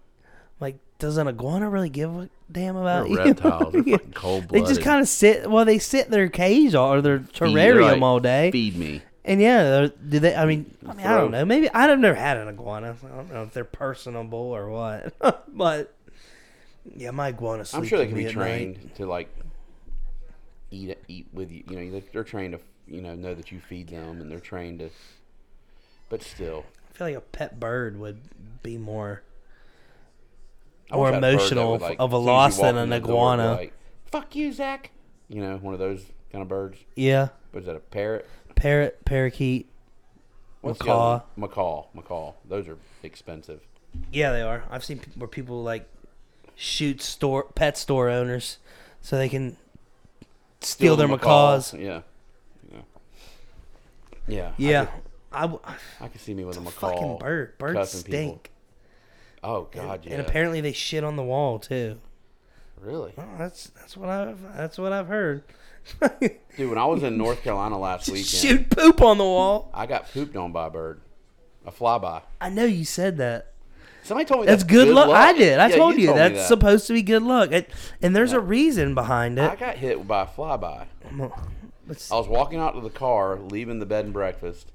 [SPEAKER 1] like does an iguana really give a damn about
[SPEAKER 2] They're
[SPEAKER 1] you?
[SPEAKER 2] reptiles. They're
[SPEAKER 1] [laughs] Yeah.
[SPEAKER 2] fucking cold
[SPEAKER 1] They just kind of sit well they sit in their cage all, or their terrarium all day
[SPEAKER 2] Feed me.
[SPEAKER 1] and yeah they're- do they I mean I, mean, I
[SPEAKER 2] Throw-
[SPEAKER 1] don't know maybe I've never had an iguana I don't know if they're personable or what [laughs] but yeah my iguana
[SPEAKER 2] I'm
[SPEAKER 1] sleeps
[SPEAKER 2] sure they
[SPEAKER 1] with
[SPEAKER 2] can
[SPEAKER 1] me
[SPEAKER 2] be
[SPEAKER 1] at night.
[SPEAKER 2] trained to like eat eat with you. You know, they're, they're trained to you know know that you feed them, and they're trained to. But still,
[SPEAKER 1] I feel like a pet bird would be more
[SPEAKER 2] I
[SPEAKER 1] more
[SPEAKER 2] wish I had a bird that
[SPEAKER 1] emotional
[SPEAKER 2] would, like,
[SPEAKER 1] of a
[SPEAKER 2] as soon as you
[SPEAKER 1] loss
[SPEAKER 2] walk
[SPEAKER 1] than
[SPEAKER 2] in
[SPEAKER 1] an
[SPEAKER 2] the door, be
[SPEAKER 1] iguana.
[SPEAKER 2] like, Fuck you, Zach. You know, one of those kind of birds.
[SPEAKER 1] yeah
[SPEAKER 2] Was that a parrot?
[SPEAKER 1] parrot parakeet
[SPEAKER 2] What's the other one? Macaw. Macaw. Those are expensive.
[SPEAKER 1] Yeah, they are. I've seen pe- where people like shoot store pet store owners so they can steal, their
[SPEAKER 2] the
[SPEAKER 1] macaws.
[SPEAKER 2] Yeah. Yeah. Yeah. I
[SPEAKER 1] Yeah,
[SPEAKER 2] could,
[SPEAKER 1] I, w-
[SPEAKER 2] I could see me with a macaw.
[SPEAKER 1] fucking bird. Birds
[SPEAKER 2] cussing people.
[SPEAKER 1] stink.
[SPEAKER 2] Oh God, yeah.
[SPEAKER 1] And apparently they shit on the wall too.
[SPEAKER 2] really,
[SPEAKER 1] Well, that's that's what I've that's what I've heard. [laughs]
[SPEAKER 2] dude. When I was in North Carolina last weekend,
[SPEAKER 1] shoot poop on the wall.
[SPEAKER 2] I got pooped on by a bird, a flyby.
[SPEAKER 1] I know you said that.
[SPEAKER 2] Somebody told me
[SPEAKER 1] That's
[SPEAKER 2] that's
[SPEAKER 1] good, luck. I did. I
[SPEAKER 2] Yeah,
[SPEAKER 1] told you,
[SPEAKER 2] me
[SPEAKER 1] that's
[SPEAKER 2] that.
[SPEAKER 1] supposed to be good luck. It, and there's a reason behind
[SPEAKER 2] I
[SPEAKER 1] it.
[SPEAKER 2] got hit by a flyby.
[SPEAKER 1] Let's-
[SPEAKER 2] I was walking out to the car, leaving the bed and breakfast,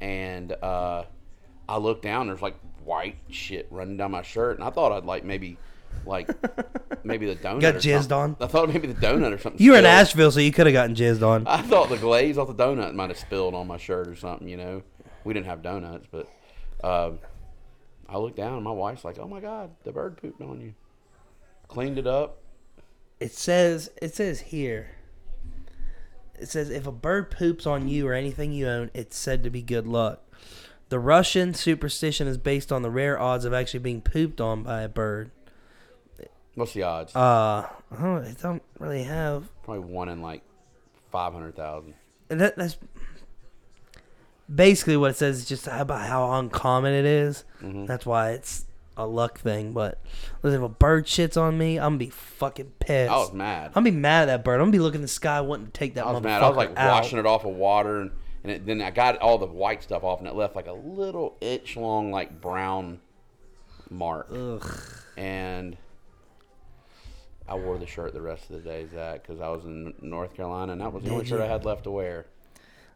[SPEAKER 2] and uh, I looked down. There's like white shit running down my shirt, and I thought I'd like maybe,
[SPEAKER 1] [laughs]
[SPEAKER 2] like maybe the donut
[SPEAKER 1] Got
[SPEAKER 2] or
[SPEAKER 1] jizzed
[SPEAKER 2] something.
[SPEAKER 1] on?
[SPEAKER 2] I thought maybe the donut or something.
[SPEAKER 1] you were in
[SPEAKER 2] spilled.
[SPEAKER 1] Asheville, so you could have gotten jizzed on.
[SPEAKER 2] I thought the glaze off the donut might have spilled on my shirt or something. You know, we didn't have donuts, but um, I looked down. and My wife's like, "Oh my god, the bird pooped on you." Cleaned it up.
[SPEAKER 1] It says it says here. It says if a bird poops on you or anything you own, it's said to be good luck. The Russian superstition is based on the rare odds of actually being pooped on by a bird.
[SPEAKER 2] What's the odds?
[SPEAKER 1] Uh, I don't, I don't really have
[SPEAKER 2] Probably one in like five hundred thousand.
[SPEAKER 1] and that. That's basically what it says. It's just about how uncommon it is.
[SPEAKER 2] Mm-hmm.
[SPEAKER 1] That's why it's a luck thing. But listen, if a bird shits on me, I'm gonna be fucking pissed.
[SPEAKER 2] I was mad.
[SPEAKER 1] I'm gonna be mad at that bird. I'm gonna be looking in the sky, wanting to take that
[SPEAKER 2] I was
[SPEAKER 1] motherfucker
[SPEAKER 2] mad. I was like
[SPEAKER 1] out.
[SPEAKER 2] washing it off of water, and, and it, then I got all the white stuff off, and it left like a little inch long, like brown mark.
[SPEAKER 1] Ugh.
[SPEAKER 2] And I wore the shirt the rest of the day, Zach, because I was in North Carolina, and that was the only
[SPEAKER 1] Did
[SPEAKER 2] shirt I
[SPEAKER 1] you?
[SPEAKER 2] had left to wear.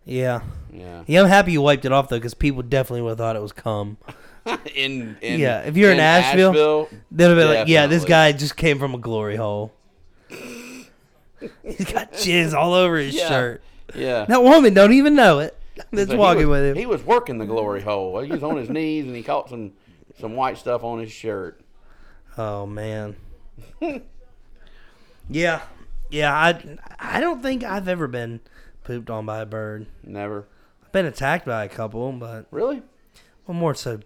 [SPEAKER 1] Yeah.
[SPEAKER 2] Yeah,
[SPEAKER 1] Yeah, I'm happy you wiped it off though, because people definitely would have thought it was cum.
[SPEAKER 2] [laughs] in, in
[SPEAKER 1] Yeah, if you're in Asheville, [laughs] They'd have been like, "Yeah, this
[SPEAKER 2] Definitely.
[SPEAKER 1] guy just came from a glory hole. [laughs] He's got jizz all over his
[SPEAKER 2] Yeah.
[SPEAKER 1] shirt.
[SPEAKER 2] yeah,
[SPEAKER 1] That woman don't even know it. That's
[SPEAKER 2] So he
[SPEAKER 1] walking
[SPEAKER 2] was-
[SPEAKER 1] with
[SPEAKER 2] He
[SPEAKER 1] him.
[SPEAKER 2] was working the glory hole. He was on his knees, and he caught some some white stuff on his shirt.
[SPEAKER 1] Oh
[SPEAKER 2] [laughs]
[SPEAKER 1] man. yeah, yeah. I I don't think I've ever been pooped on by a bird.
[SPEAKER 2] Never
[SPEAKER 1] I've been attacked by a couple, but
[SPEAKER 2] really.
[SPEAKER 1] well, more so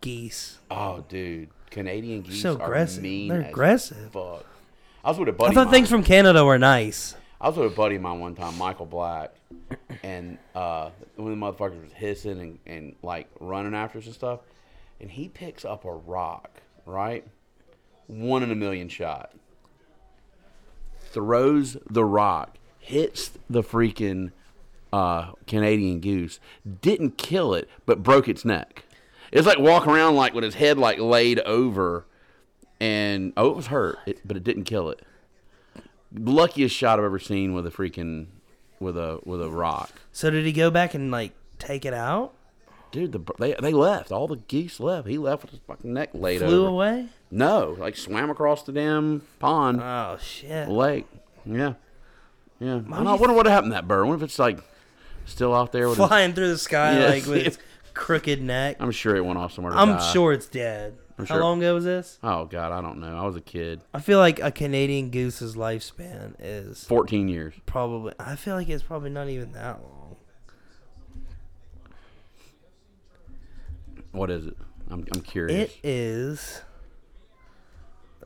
[SPEAKER 1] geese.
[SPEAKER 2] Oh, dude, Canadian geese
[SPEAKER 1] so aggressive.
[SPEAKER 2] are mean.
[SPEAKER 1] They're
[SPEAKER 2] as
[SPEAKER 1] aggressive.
[SPEAKER 2] Fuck. I was with a
[SPEAKER 1] I
[SPEAKER 2] buddy. of
[SPEAKER 1] thought
[SPEAKER 2] mine.
[SPEAKER 1] things from Canada were nice.
[SPEAKER 2] I was with a buddy of mine one time, Michael Black, and uh, one of the motherfuckers was hissing and, and like running after us and stuff. And he picks up a rock, right? One in a million shot. throws the rock, hits the freaking uh, Canadian goose, didn't kill it, but broke its neck. It's like walking around like with his head like laid over, and oh, it was hurt, it, but it didn't kill it. Luckiest shot I've ever seen with a freaking with a with a rock,
[SPEAKER 1] So did he go back and like take it out?
[SPEAKER 2] dude. The, they they left all the geese left. He left with his fucking neck laid
[SPEAKER 1] Flew
[SPEAKER 2] over.
[SPEAKER 1] away?
[SPEAKER 2] No, like swam across the damn pond.
[SPEAKER 1] Oh shit!
[SPEAKER 2] lake. Yeah. Yeah. I,
[SPEAKER 1] do
[SPEAKER 2] know, I
[SPEAKER 1] you-
[SPEAKER 2] wonder what happened to that bird. I wonder if it's like still out there with its-
[SPEAKER 1] Flying through the sky
[SPEAKER 2] Yes.
[SPEAKER 1] like
[SPEAKER 2] [laughs]
[SPEAKER 1] with its crooked neck.
[SPEAKER 2] I'm sure it went off somewhere. To
[SPEAKER 1] I'm
[SPEAKER 2] die.
[SPEAKER 1] sure it's dead. How
[SPEAKER 2] sure.
[SPEAKER 1] long ago was this?
[SPEAKER 2] Oh god, I don't know. I was a kid.
[SPEAKER 1] I feel like a Canadian goose's lifespan is
[SPEAKER 2] Fourteen years.
[SPEAKER 1] probably. I feel like it's probably not even that long.
[SPEAKER 2] What is it? I'm I'm curious.
[SPEAKER 1] It is.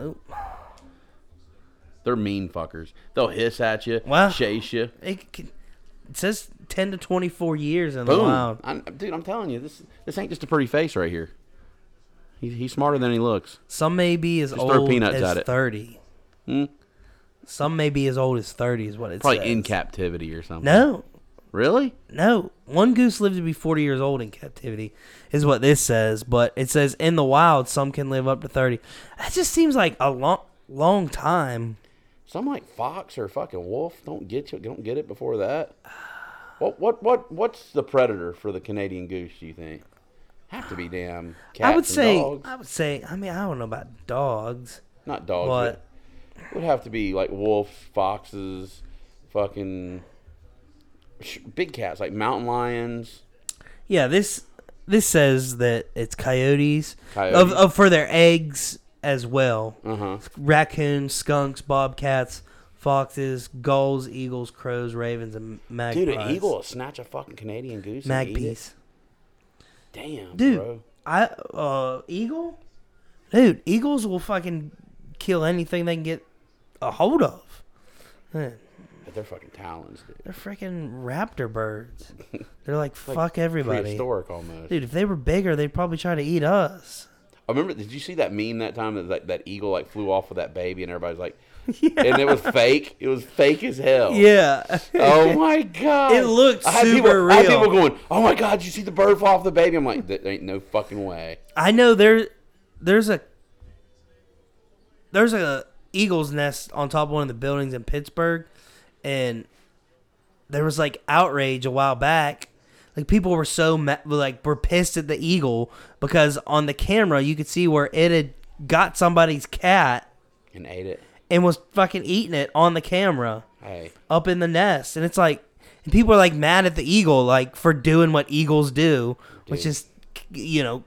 [SPEAKER 1] Oh,
[SPEAKER 2] They're mean fuckers. They'll hiss at you,
[SPEAKER 1] Well,
[SPEAKER 2] chase you.
[SPEAKER 1] it, can, it says ten to twenty-four years in the
[SPEAKER 2] Boom.
[SPEAKER 1] wild.
[SPEAKER 2] I'm, dude, I'm telling you, this this ain't just a pretty face right here. He, he's smarter than he looks.
[SPEAKER 1] Some may be as
[SPEAKER 2] throw
[SPEAKER 1] old
[SPEAKER 2] peanuts
[SPEAKER 1] as
[SPEAKER 2] at it. Hmm?
[SPEAKER 1] thirty. Some may be as old as thirty. Is what it's
[SPEAKER 2] Probably in captivity or something.
[SPEAKER 1] No,
[SPEAKER 2] Really?
[SPEAKER 1] No, one goose lived to be 40 years old in captivity, is what this says. But it says in the wild, some can live up to 30. That just seems like a long, long time.
[SPEAKER 2] Some like fox or fucking wolf don't get you don't get it before that. What what what what's the predator for the Canadian goose? Do you think? Have to be damn cats
[SPEAKER 1] I would
[SPEAKER 2] and
[SPEAKER 1] say,
[SPEAKER 2] dogs.
[SPEAKER 1] I would say, I mean, I don't know about dogs.
[SPEAKER 2] Not dogs.
[SPEAKER 1] But-
[SPEAKER 2] but it would have to be like wolves, foxes, fucking sh- big cats like mountain lions.
[SPEAKER 1] Yeah, this this says that it's coyotes, Of,
[SPEAKER 2] Coyotes.
[SPEAKER 1] of for their eggs as well.
[SPEAKER 2] Uh huh.
[SPEAKER 1] Raccoons, skunks, bobcats, foxes, gulls, eagles, crows, ravens, and magpies.
[SPEAKER 2] Dude, an eagle will snatch a fucking Canadian goose. and eat it.
[SPEAKER 1] magpies.
[SPEAKER 2] Damn,
[SPEAKER 1] Dude,
[SPEAKER 2] bro.
[SPEAKER 1] I uh eagle, dude. Eagles will fucking kill anything they can get a hold of. Man,
[SPEAKER 2] But they're fucking talons, dude.
[SPEAKER 1] they're freaking raptor
[SPEAKER 2] [laughs]
[SPEAKER 1] birds. They're like, fuck everybody,
[SPEAKER 2] Prehistoric almost.
[SPEAKER 1] dude. If they were bigger, they'd probably try to eat us.
[SPEAKER 2] I remember. Did you see that meme that time that that, that eagle like flew off with that baby and
[SPEAKER 1] [laughs]
[SPEAKER 2] everybody's like, and it was fake. It was fake as hell.
[SPEAKER 1] Yeah,
[SPEAKER 2] Oh my god.
[SPEAKER 1] It looked
[SPEAKER 2] I had
[SPEAKER 1] super
[SPEAKER 2] people, I had
[SPEAKER 1] real.
[SPEAKER 2] people going, "Oh my god, you see the bird fall off the baby?" I'm like, "There ain't no fucking way."
[SPEAKER 1] I know there. There's a there's a eagle's nest on top of one of the buildings in Pittsburgh, and there was like outrage a while back. Like people were so ma- like were pissed at the eagle because on the camera you could see where it had got somebody's cat
[SPEAKER 2] And ate it.
[SPEAKER 1] and was fucking eating it on the camera
[SPEAKER 2] Hey,
[SPEAKER 1] up in the nest, and it's like and people are like mad at the eagle like for doing what eagles do, which
[SPEAKER 2] Dude.
[SPEAKER 1] is you know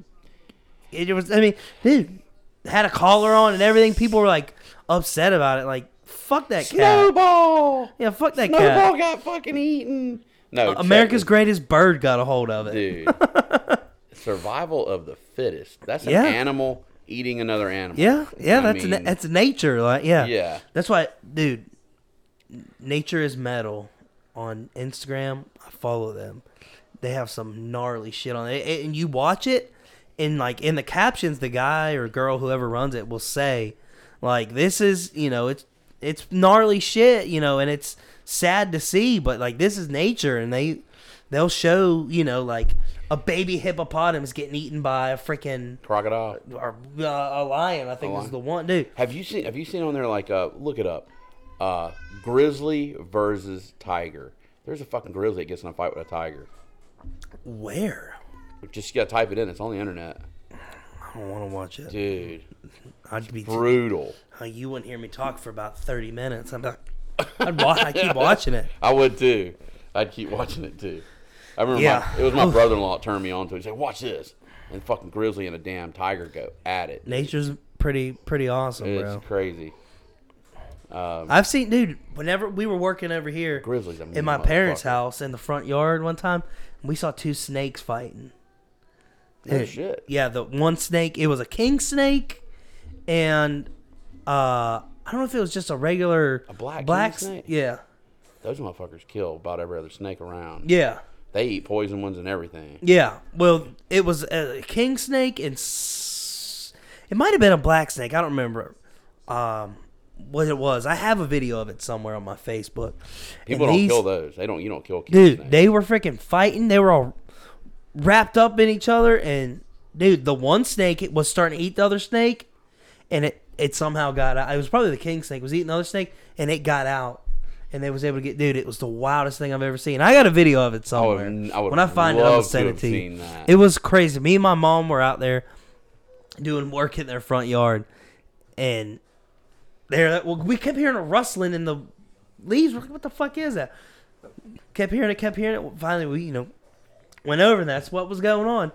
[SPEAKER 1] it was I mean dude had a collar on and everything. People were like upset about it, like fuck that cat.
[SPEAKER 2] Snowball.
[SPEAKER 1] Yeah, fuck that
[SPEAKER 2] Snowball
[SPEAKER 1] cat.
[SPEAKER 2] got fucking eaten. No, check
[SPEAKER 1] America's
[SPEAKER 2] this,
[SPEAKER 1] greatest bird got a hold of it. [laughs]
[SPEAKER 2] dude. Survival of the fittest. That's an
[SPEAKER 1] Yeah.
[SPEAKER 2] animal eating another animal.
[SPEAKER 1] Yeah, yeah,
[SPEAKER 2] I
[SPEAKER 1] that's e-, na-
[SPEAKER 2] mean,
[SPEAKER 1] that's nature. Like, yeah,
[SPEAKER 2] Yeah.
[SPEAKER 1] That's why, dude. n- Nature is metal. On Instagram, I follow them. They have some gnarly shit on it, and you watch it, and like in the captions, the guy or girl, whoever runs it, will say, like, "This is you know, it's it's gnarly shit, you know, and it's sad to see, but like this is nature, and they they'll show you know like a baby hippopotamus getting eaten by a freaking
[SPEAKER 2] crocodile.
[SPEAKER 1] or uh, a lion. I think
[SPEAKER 2] A
[SPEAKER 1] was
[SPEAKER 2] lion.
[SPEAKER 1] the one, dude.
[SPEAKER 2] Have you seen? Have you seen on there like uh, look it up, uh, grizzly versus tiger. There's a fucking grizzly that gets in a fight with a tiger.
[SPEAKER 1] Where?
[SPEAKER 2] Just you gotta type it in. It's on the internet,
[SPEAKER 1] I don't want to watch it.
[SPEAKER 2] dude.
[SPEAKER 1] I'd be.
[SPEAKER 2] Brutal.
[SPEAKER 1] Uh, you wouldn't hear me talk for about thirty minutes. I'm like, I'd wa- I
[SPEAKER 2] [laughs]
[SPEAKER 1] keep watching it.
[SPEAKER 2] I would too. I'd keep watching it too. I remember
[SPEAKER 1] Yeah.
[SPEAKER 2] my, it was my brother-in-law that turned me on to. it. He said, "Watch this," and fucking grizzly and a damn tiger go at it.
[SPEAKER 1] Nature's pretty pretty awesome,
[SPEAKER 2] It's
[SPEAKER 1] bro.
[SPEAKER 2] crazy.
[SPEAKER 1] I've seen, dude. Whenever we were working over here,
[SPEAKER 2] Grizzlies. I mean,
[SPEAKER 1] in my parents'
[SPEAKER 2] motherfucker.
[SPEAKER 1] house in the front yard one time, we saw two snakes fighting.
[SPEAKER 2] No
[SPEAKER 1] Dude,
[SPEAKER 2] shit.
[SPEAKER 1] Yeah, the one snake. It was a king snake, and uh, I don't know if it was just a regular a
[SPEAKER 2] black king snake?
[SPEAKER 1] Yeah,
[SPEAKER 2] Those motherfuckers kill about every other snake around.
[SPEAKER 1] yeah.
[SPEAKER 2] They eat poison ones and everything.
[SPEAKER 1] Yeah. Well, it was a king snake and s- it might have been a black snake. I don't remember. Um, what it was. I have a video of it somewhere on my Facebook.
[SPEAKER 2] People
[SPEAKER 1] And
[SPEAKER 2] don't
[SPEAKER 1] these-
[SPEAKER 2] kill those. They don't. You don't kill kids. now.
[SPEAKER 1] Dude, they were freaking fighting. They were all wrapped up in each other, and dude, the one snake was starting to eat the other snake, and it it somehow got out. It was probably the king snake was eating the other snake, and it got out, and they was able to get. Dude, it was the wildest thing I've ever seen. I got a video of it
[SPEAKER 2] would-
[SPEAKER 1] somewhere.
[SPEAKER 2] I would
[SPEAKER 1] when I find it, I'm gonna
[SPEAKER 2] love to
[SPEAKER 1] send it
[SPEAKER 2] have
[SPEAKER 1] to you.
[SPEAKER 2] seen that.
[SPEAKER 1] It was crazy. Me and my mom were out there doing work in their front yard, and there well, we kept hearing a rustling in the leaves. We're like, what the fuck is that? Kept hearing it, kept hearing it. Finally, we you know went over, and that's what was going on.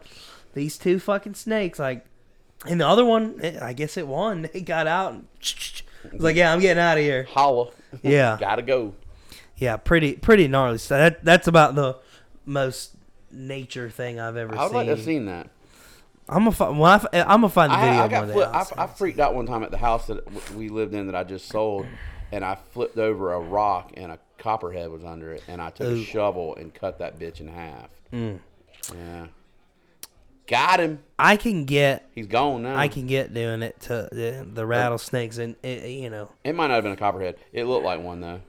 [SPEAKER 1] These two fucking snakes, like, and the other one, eh, I guess it won. [laughs] It got out. And it was like, yeah, I'm getting out of here.
[SPEAKER 2] Holla.
[SPEAKER 1] Yeah.
[SPEAKER 2] [laughs] Gotta go.
[SPEAKER 1] Yeah, pretty pretty gnarly. So that that's about the most nature thing I've ever
[SPEAKER 2] I would
[SPEAKER 1] seen.
[SPEAKER 2] like to have seen that.
[SPEAKER 1] I'm gonna find. Well, I, am gonna find the video
[SPEAKER 2] I, I
[SPEAKER 1] one
[SPEAKER 2] got
[SPEAKER 1] day.
[SPEAKER 2] flip,
[SPEAKER 1] I'll
[SPEAKER 2] I,
[SPEAKER 1] send
[SPEAKER 2] I
[SPEAKER 1] it.
[SPEAKER 2] freaked out one time at the house that w- we lived in that I just sold, and I flipped over a rock and a copperhead was under it, and I took a
[SPEAKER 1] Ooh. Mm.
[SPEAKER 2] shovel and cut that bitch in half. Yeah. Got him.
[SPEAKER 1] I can get
[SPEAKER 2] He's gone now.
[SPEAKER 1] I can get doing it to the, the rattlesnakes and it, you know
[SPEAKER 2] It might not have been a copperhead. It looked like one though.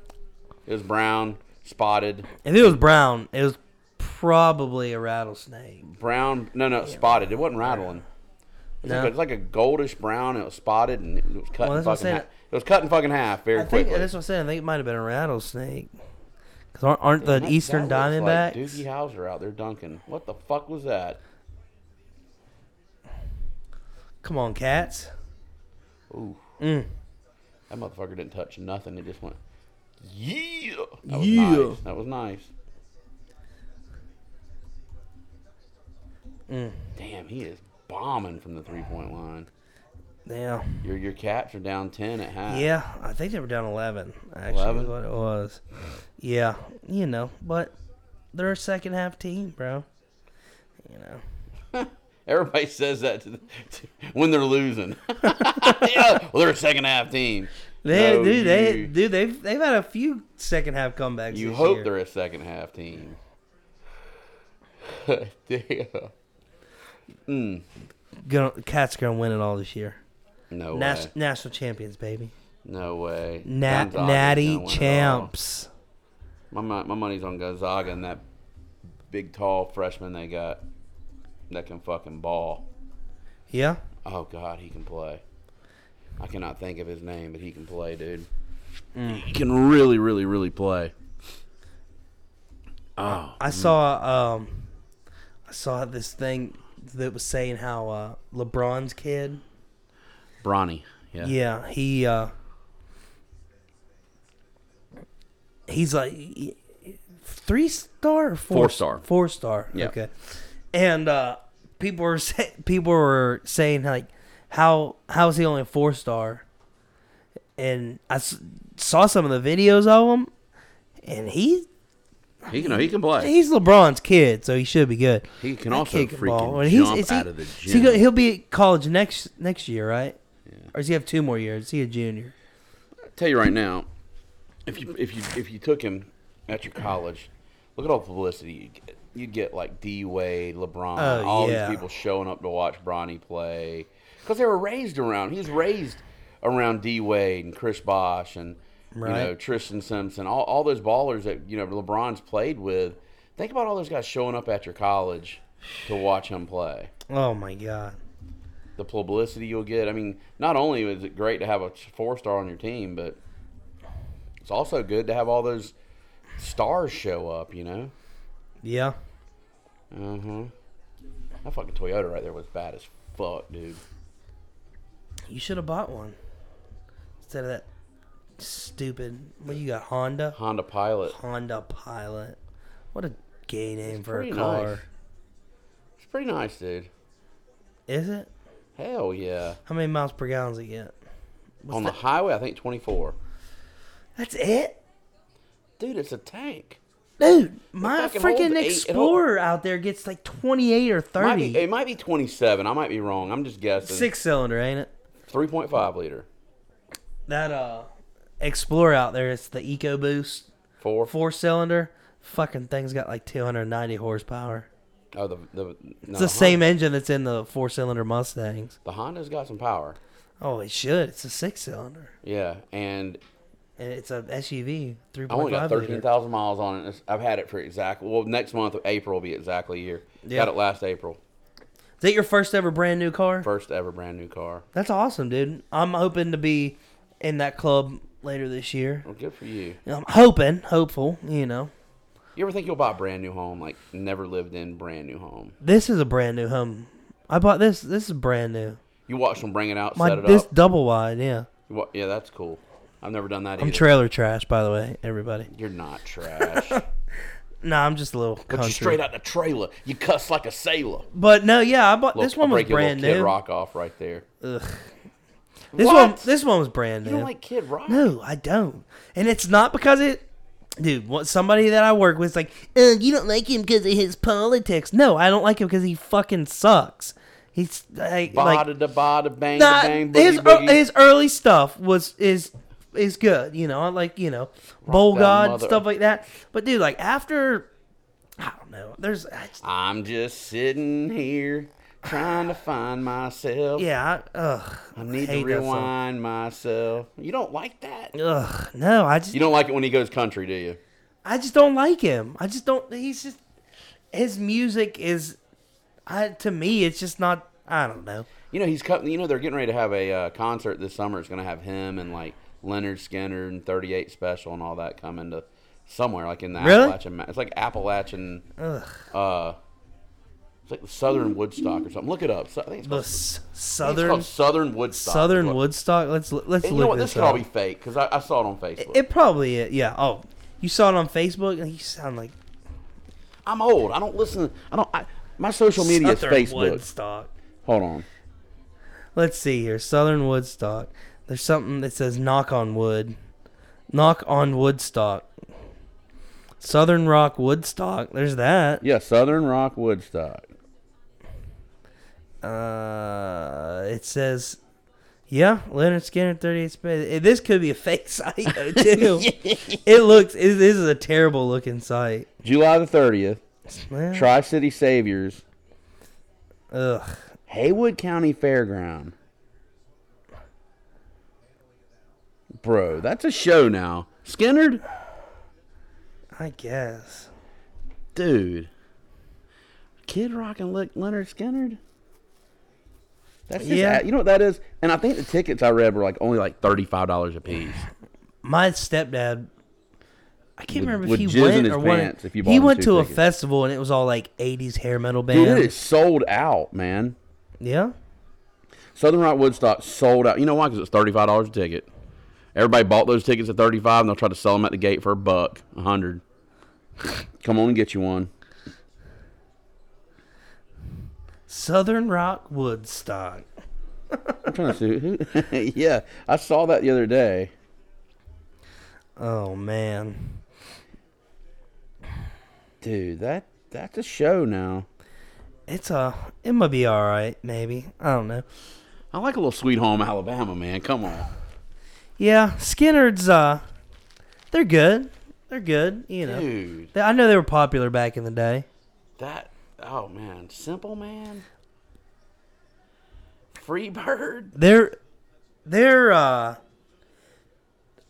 [SPEAKER 2] It was brown, spotted,
[SPEAKER 1] if it was brown, it was probably a rattlesnake.
[SPEAKER 2] brown. No, no, spotted. It wasn't rattling. It's
[SPEAKER 1] No.
[SPEAKER 2] like, a, it's like a goldish brown. And it was spotted and it was cut
[SPEAKER 1] Well,
[SPEAKER 2] in
[SPEAKER 1] that's what I'm
[SPEAKER 2] fucking. Half.
[SPEAKER 1] saying.
[SPEAKER 2] It was cut in fucking half very
[SPEAKER 1] I think
[SPEAKER 2] quickly.
[SPEAKER 1] that's what I'm saying. I think it might have been a rattlesnake. Cause aren't, aren't the
[SPEAKER 2] That-
[SPEAKER 1] eastern
[SPEAKER 2] that looks
[SPEAKER 1] diamondbacks?
[SPEAKER 2] Doogie Howser out there dunking. What the fuck was that?
[SPEAKER 1] Come on, cats.
[SPEAKER 2] Ooh. That motherfucker didn't touch nothing. It just went. Yeah. That was
[SPEAKER 1] Yeah.
[SPEAKER 2] nice. That was nice.
[SPEAKER 1] Mm.
[SPEAKER 2] Damn, he is bombing from the three point line.
[SPEAKER 1] Yeah,
[SPEAKER 2] Your your caps are down ten at half.
[SPEAKER 1] yeah. I think they were down eleven. Actually,
[SPEAKER 2] 11?
[SPEAKER 1] is what it was. Yeah, you know, but they're a second half team, bro. You know.
[SPEAKER 2] Everybody says that to the, to, when they're losing. [laughs] yeah, well, they're a second half team.
[SPEAKER 1] They,
[SPEAKER 2] No,
[SPEAKER 1] dude, they,
[SPEAKER 2] you-
[SPEAKER 1] dude, they've they've had a few second half comebacks.
[SPEAKER 2] You
[SPEAKER 1] this
[SPEAKER 2] hope
[SPEAKER 1] year.
[SPEAKER 2] they're a second half team. [laughs] Damn.
[SPEAKER 1] gonna cats gonna win it all this year.
[SPEAKER 2] No
[SPEAKER 1] Nas-
[SPEAKER 2] way.
[SPEAKER 1] national champions, baby.
[SPEAKER 2] No way.
[SPEAKER 1] Nat-
[SPEAKER 2] Gonzaga's gonna
[SPEAKER 1] natty
[SPEAKER 2] win it all.
[SPEAKER 1] champs.
[SPEAKER 2] My, mon- my money's on Gonzaga and that big, tall freshman they got that can fucking ball.
[SPEAKER 1] Yeah,
[SPEAKER 2] Oh, God, he can play. I cannot think of his name, but he can play, dude. He can really, really, really play. Oh,
[SPEAKER 1] I saw um, I saw this thing that was saying how uh, LeBron's kid.
[SPEAKER 2] Bronny. Yeah.
[SPEAKER 1] Yeah, he uh, he's like three star or four,
[SPEAKER 2] Four star.
[SPEAKER 1] four star.
[SPEAKER 2] Yeah.
[SPEAKER 1] Okay, and uh, people were [laughs] say, people were saying like how how is he only a four star? And I s- saw some of the videos of him, and he
[SPEAKER 2] He can. He can play.
[SPEAKER 1] he's LeBron's kid, so he should be good.
[SPEAKER 2] He can
[SPEAKER 1] That
[SPEAKER 2] also
[SPEAKER 1] kid can ball.
[SPEAKER 2] freaking
[SPEAKER 1] And
[SPEAKER 2] jump
[SPEAKER 1] is
[SPEAKER 2] out of the
[SPEAKER 1] is
[SPEAKER 2] gym.
[SPEAKER 1] he go- he'll be at college next next year, right? Or does he have two more years? Is he a junior?
[SPEAKER 2] tell you right now, if you if you if you took him at your college, look at all the publicity you get. You'd get like D Wade, LeBron,
[SPEAKER 1] Oh,
[SPEAKER 2] all
[SPEAKER 1] yeah.
[SPEAKER 2] these people showing up to watch Bronny play because they were raised around. He was raised around D Wade and Chris Bosh and you know
[SPEAKER 1] Right.
[SPEAKER 2] Tristan Simpson, all all those ballers that you know LeBron's played with. Think about all those guys showing up at your college to watch him play
[SPEAKER 1] Oh my god.
[SPEAKER 2] the publicity you'll get. I mean, not only is it great to have a four star on your team, but it's also good to have all those stars show up. You know,
[SPEAKER 1] Yeah.
[SPEAKER 2] mm-hmm. that fucking Toyota right there was bad as fuck, dude.
[SPEAKER 1] You should have bought one instead of that stupid. What you got? Honda.
[SPEAKER 2] Honda Pilot,
[SPEAKER 1] Honda Pilot. What a gay name for a
[SPEAKER 2] pretty
[SPEAKER 1] car.
[SPEAKER 2] nice. it's pretty nice, dude.
[SPEAKER 1] Is it?
[SPEAKER 2] Hell yeah!
[SPEAKER 1] How many miles per gallon does it get?
[SPEAKER 2] on the highway, I think twenty four.
[SPEAKER 1] That's it,
[SPEAKER 2] Dude, it's a tank.
[SPEAKER 1] dude. My
[SPEAKER 2] fucking holds
[SPEAKER 1] freaking
[SPEAKER 2] eight- it
[SPEAKER 1] Explorer out there gets like twenty-eight or
[SPEAKER 2] Might
[SPEAKER 1] thirty.
[SPEAKER 2] be, it might be twenty seven. I might be wrong. I'm just guessing.
[SPEAKER 1] Six cylinder, ain't it?
[SPEAKER 2] Three point five liter.
[SPEAKER 1] That uh, Explorer out there, it's the EcoBoost
[SPEAKER 2] Four.
[SPEAKER 1] four cylinder. Fucking thing's got like two hundred ninety horsepower.
[SPEAKER 2] Oh, the the.
[SPEAKER 1] It's the same engine that's in the four cylinder Mustangs.
[SPEAKER 2] The Honda's got some power.
[SPEAKER 1] Oh, it should. It's a six cylinder,
[SPEAKER 2] Yeah, and
[SPEAKER 1] and it's a SUV. Three
[SPEAKER 2] I only
[SPEAKER 1] point
[SPEAKER 2] got
[SPEAKER 1] five
[SPEAKER 2] thirteen
[SPEAKER 1] liter.
[SPEAKER 2] thousand miles on it. It's- I've had it for exactly well next month April will be exactly a year.
[SPEAKER 1] Yeah.
[SPEAKER 2] Got it last April.
[SPEAKER 1] Is that your first ever brand new car?
[SPEAKER 2] First ever brand new car.
[SPEAKER 1] That's awesome, dude. I'm hoping to be in that club later this year.
[SPEAKER 2] Well, good for you.
[SPEAKER 1] I'm hoping, hopeful, you know.
[SPEAKER 2] You ever think you'll buy a brand new home like never lived in brand new home?
[SPEAKER 1] This is a brand new home. I bought this. This is brand new.
[SPEAKER 2] You watch them bring it out,
[SPEAKER 1] My
[SPEAKER 2] set it
[SPEAKER 1] this
[SPEAKER 2] up.
[SPEAKER 1] double wide, yeah.
[SPEAKER 2] You wa- yeah, that's cool. I've never done that
[SPEAKER 1] I'm
[SPEAKER 2] either.
[SPEAKER 1] trailer trash, by the way, everybody. [laughs]
[SPEAKER 2] You're not trash.
[SPEAKER 1] Nah, I'm just a little
[SPEAKER 2] but
[SPEAKER 1] country.
[SPEAKER 2] you straight out the trailer. You cuss like a sailor.
[SPEAKER 1] But no, yeah, I bought
[SPEAKER 2] Look,
[SPEAKER 1] this one
[SPEAKER 2] I'll
[SPEAKER 1] was
[SPEAKER 2] break your little
[SPEAKER 1] brand
[SPEAKER 2] Kid
[SPEAKER 1] new.
[SPEAKER 2] Rock off right there.
[SPEAKER 1] This
[SPEAKER 2] What?
[SPEAKER 1] one, this one was brand new.
[SPEAKER 2] You don't like Kid Rock?
[SPEAKER 1] No, I don't. And it's not because it, dude. What somebody that I work with is like, uh, you don't like him because of his politics. No, I don't like him because he fucking sucks. He's like, like
[SPEAKER 2] Bada da bada bang
[SPEAKER 1] nah,
[SPEAKER 2] da bang boogie
[SPEAKER 1] his
[SPEAKER 2] boogie.
[SPEAKER 1] his early stuff was is is good. You know, I like you know, Bowl
[SPEAKER 2] that
[SPEAKER 1] God
[SPEAKER 2] mother-
[SPEAKER 1] stuff like that. But dude, like after, I don't know. There's I just-
[SPEAKER 2] I'm just sitting here trying to find myself.
[SPEAKER 1] yeah, I, ugh,
[SPEAKER 2] I need to
[SPEAKER 1] hate that song.
[SPEAKER 2] rewind myself. You don't like that.
[SPEAKER 1] Ugh, no, I just
[SPEAKER 2] You don't like it when he goes country, do you?
[SPEAKER 1] I just don't like him. I just don't. He's just his music is, I, to me, it's just not. I don't know.
[SPEAKER 2] You know he's cut. You know they're getting ready to have a uh, concert this summer. It's going to have him and like Leonard Skinner and Thirty Eight Special and all that coming to somewhere like in the
[SPEAKER 1] Really?
[SPEAKER 2] Appalachian. Ma- It's like Appalachian. Uh, it's like the Southern Woodstock or something. Look it up. So, I think it's
[SPEAKER 1] The
[SPEAKER 2] called,
[SPEAKER 1] s-
[SPEAKER 2] I think it's
[SPEAKER 1] southern
[SPEAKER 2] called Southern Woodstock. is
[SPEAKER 1] southern
[SPEAKER 2] what-
[SPEAKER 1] Woodstock. Let's l- let's look
[SPEAKER 2] And you know what?
[SPEAKER 1] this,
[SPEAKER 2] This could
[SPEAKER 1] up.
[SPEAKER 2] all be fake because I, I saw it on Facebook.
[SPEAKER 1] It probably is. Yeah. Oh, you saw it on Facebook. You sound like
[SPEAKER 2] I'm old. I don't listen. I don't. I, my social media
[SPEAKER 1] southern
[SPEAKER 2] is Facebook.
[SPEAKER 1] Woodstock.
[SPEAKER 2] Hold on.
[SPEAKER 1] Let's see here. Southern Woodstock. There's something that says knock on wood. Knock on Woodstock. Southern Rock Woodstock. There's that.
[SPEAKER 2] Yeah, Southern Rock Woodstock.
[SPEAKER 1] Uh, it says, yeah, Leonard Skinner, 38 space. Eh, This could be a fake [laughs] site, though,
[SPEAKER 2] [laughs]
[SPEAKER 1] too. It looks, it, this is a terrible looking site.
[SPEAKER 2] July the 30th,
[SPEAKER 1] Well,
[SPEAKER 2] Tri City Saviors,
[SPEAKER 1] Ugh.
[SPEAKER 2] Haywood County Fairground. Bro, that's a show now. Skinnerd?
[SPEAKER 1] I guess.
[SPEAKER 2] Dude. Kid Rock and Le- Leonard Skinnerd? That's just,
[SPEAKER 1] Yeah.
[SPEAKER 2] yeah. You know what that is? And I think the tickets I read were like only like $35 a piece.
[SPEAKER 1] My stepdad, I can't
[SPEAKER 2] Would-
[SPEAKER 1] remember
[SPEAKER 2] would
[SPEAKER 1] if he
[SPEAKER 2] jizz in
[SPEAKER 1] went
[SPEAKER 2] his
[SPEAKER 1] or what.
[SPEAKER 2] pants if you bought
[SPEAKER 1] He
[SPEAKER 2] him
[SPEAKER 1] went
[SPEAKER 2] two
[SPEAKER 1] to a
[SPEAKER 2] tickets.
[SPEAKER 1] festival and it was all like 80s hair metal
[SPEAKER 2] Dude,
[SPEAKER 1] bands.
[SPEAKER 2] it is sold out, man.
[SPEAKER 1] Yeah.
[SPEAKER 2] Southern Rock Woodstock sold out. You know why? Because it's thirty five dollars a ticket. Everybody bought those tickets at thirty five, and they'll try to sell them at the gate for a buck, a hundred. [laughs] Come on and get you one.
[SPEAKER 1] Southern Rock Woodstock.
[SPEAKER 2] I'm trying to see. Who, [laughs] yeah, I saw that the other day.
[SPEAKER 1] Oh, man.
[SPEAKER 2] Dude, that that's a show now.
[SPEAKER 1] It's a, it might be all right, maybe. I don't know.
[SPEAKER 2] I like a little Sweet Home Alabama, man. Come on.
[SPEAKER 1] Yeah, Skinner's uh they're good. They're good, you know.
[SPEAKER 2] Dude,
[SPEAKER 1] They- I know they were popular back in the day.
[SPEAKER 2] that oh man, Simple Man. Freebird.
[SPEAKER 1] They're they're uh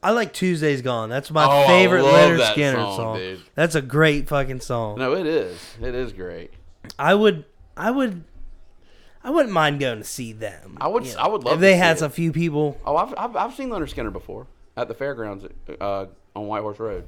[SPEAKER 1] I like Tuesday's Gone. That's my
[SPEAKER 2] Oh, I
[SPEAKER 1] favorite
[SPEAKER 2] love
[SPEAKER 1] Leonard
[SPEAKER 2] that
[SPEAKER 1] Skinner
[SPEAKER 2] song,
[SPEAKER 1] song.
[SPEAKER 2] dude.
[SPEAKER 1] That's a great fucking song.
[SPEAKER 2] [laughs] No, it is. It is great.
[SPEAKER 1] I would I would I wouldn't mind going to see them.
[SPEAKER 2] I would
[SPEAKER 1] you know.
[SPEAKER 2] I would love
[SPEAKER 1] if they
[SPEAKER 2] to see
[SPEAKER 1] had
[SPEAKER 2] it.
[SPEAKER 1] a few people.
[SPEAKER 2] Oh, I've, I've, I've seen Leonard Skinner before at the fairgrounds uh, on White Horse Road.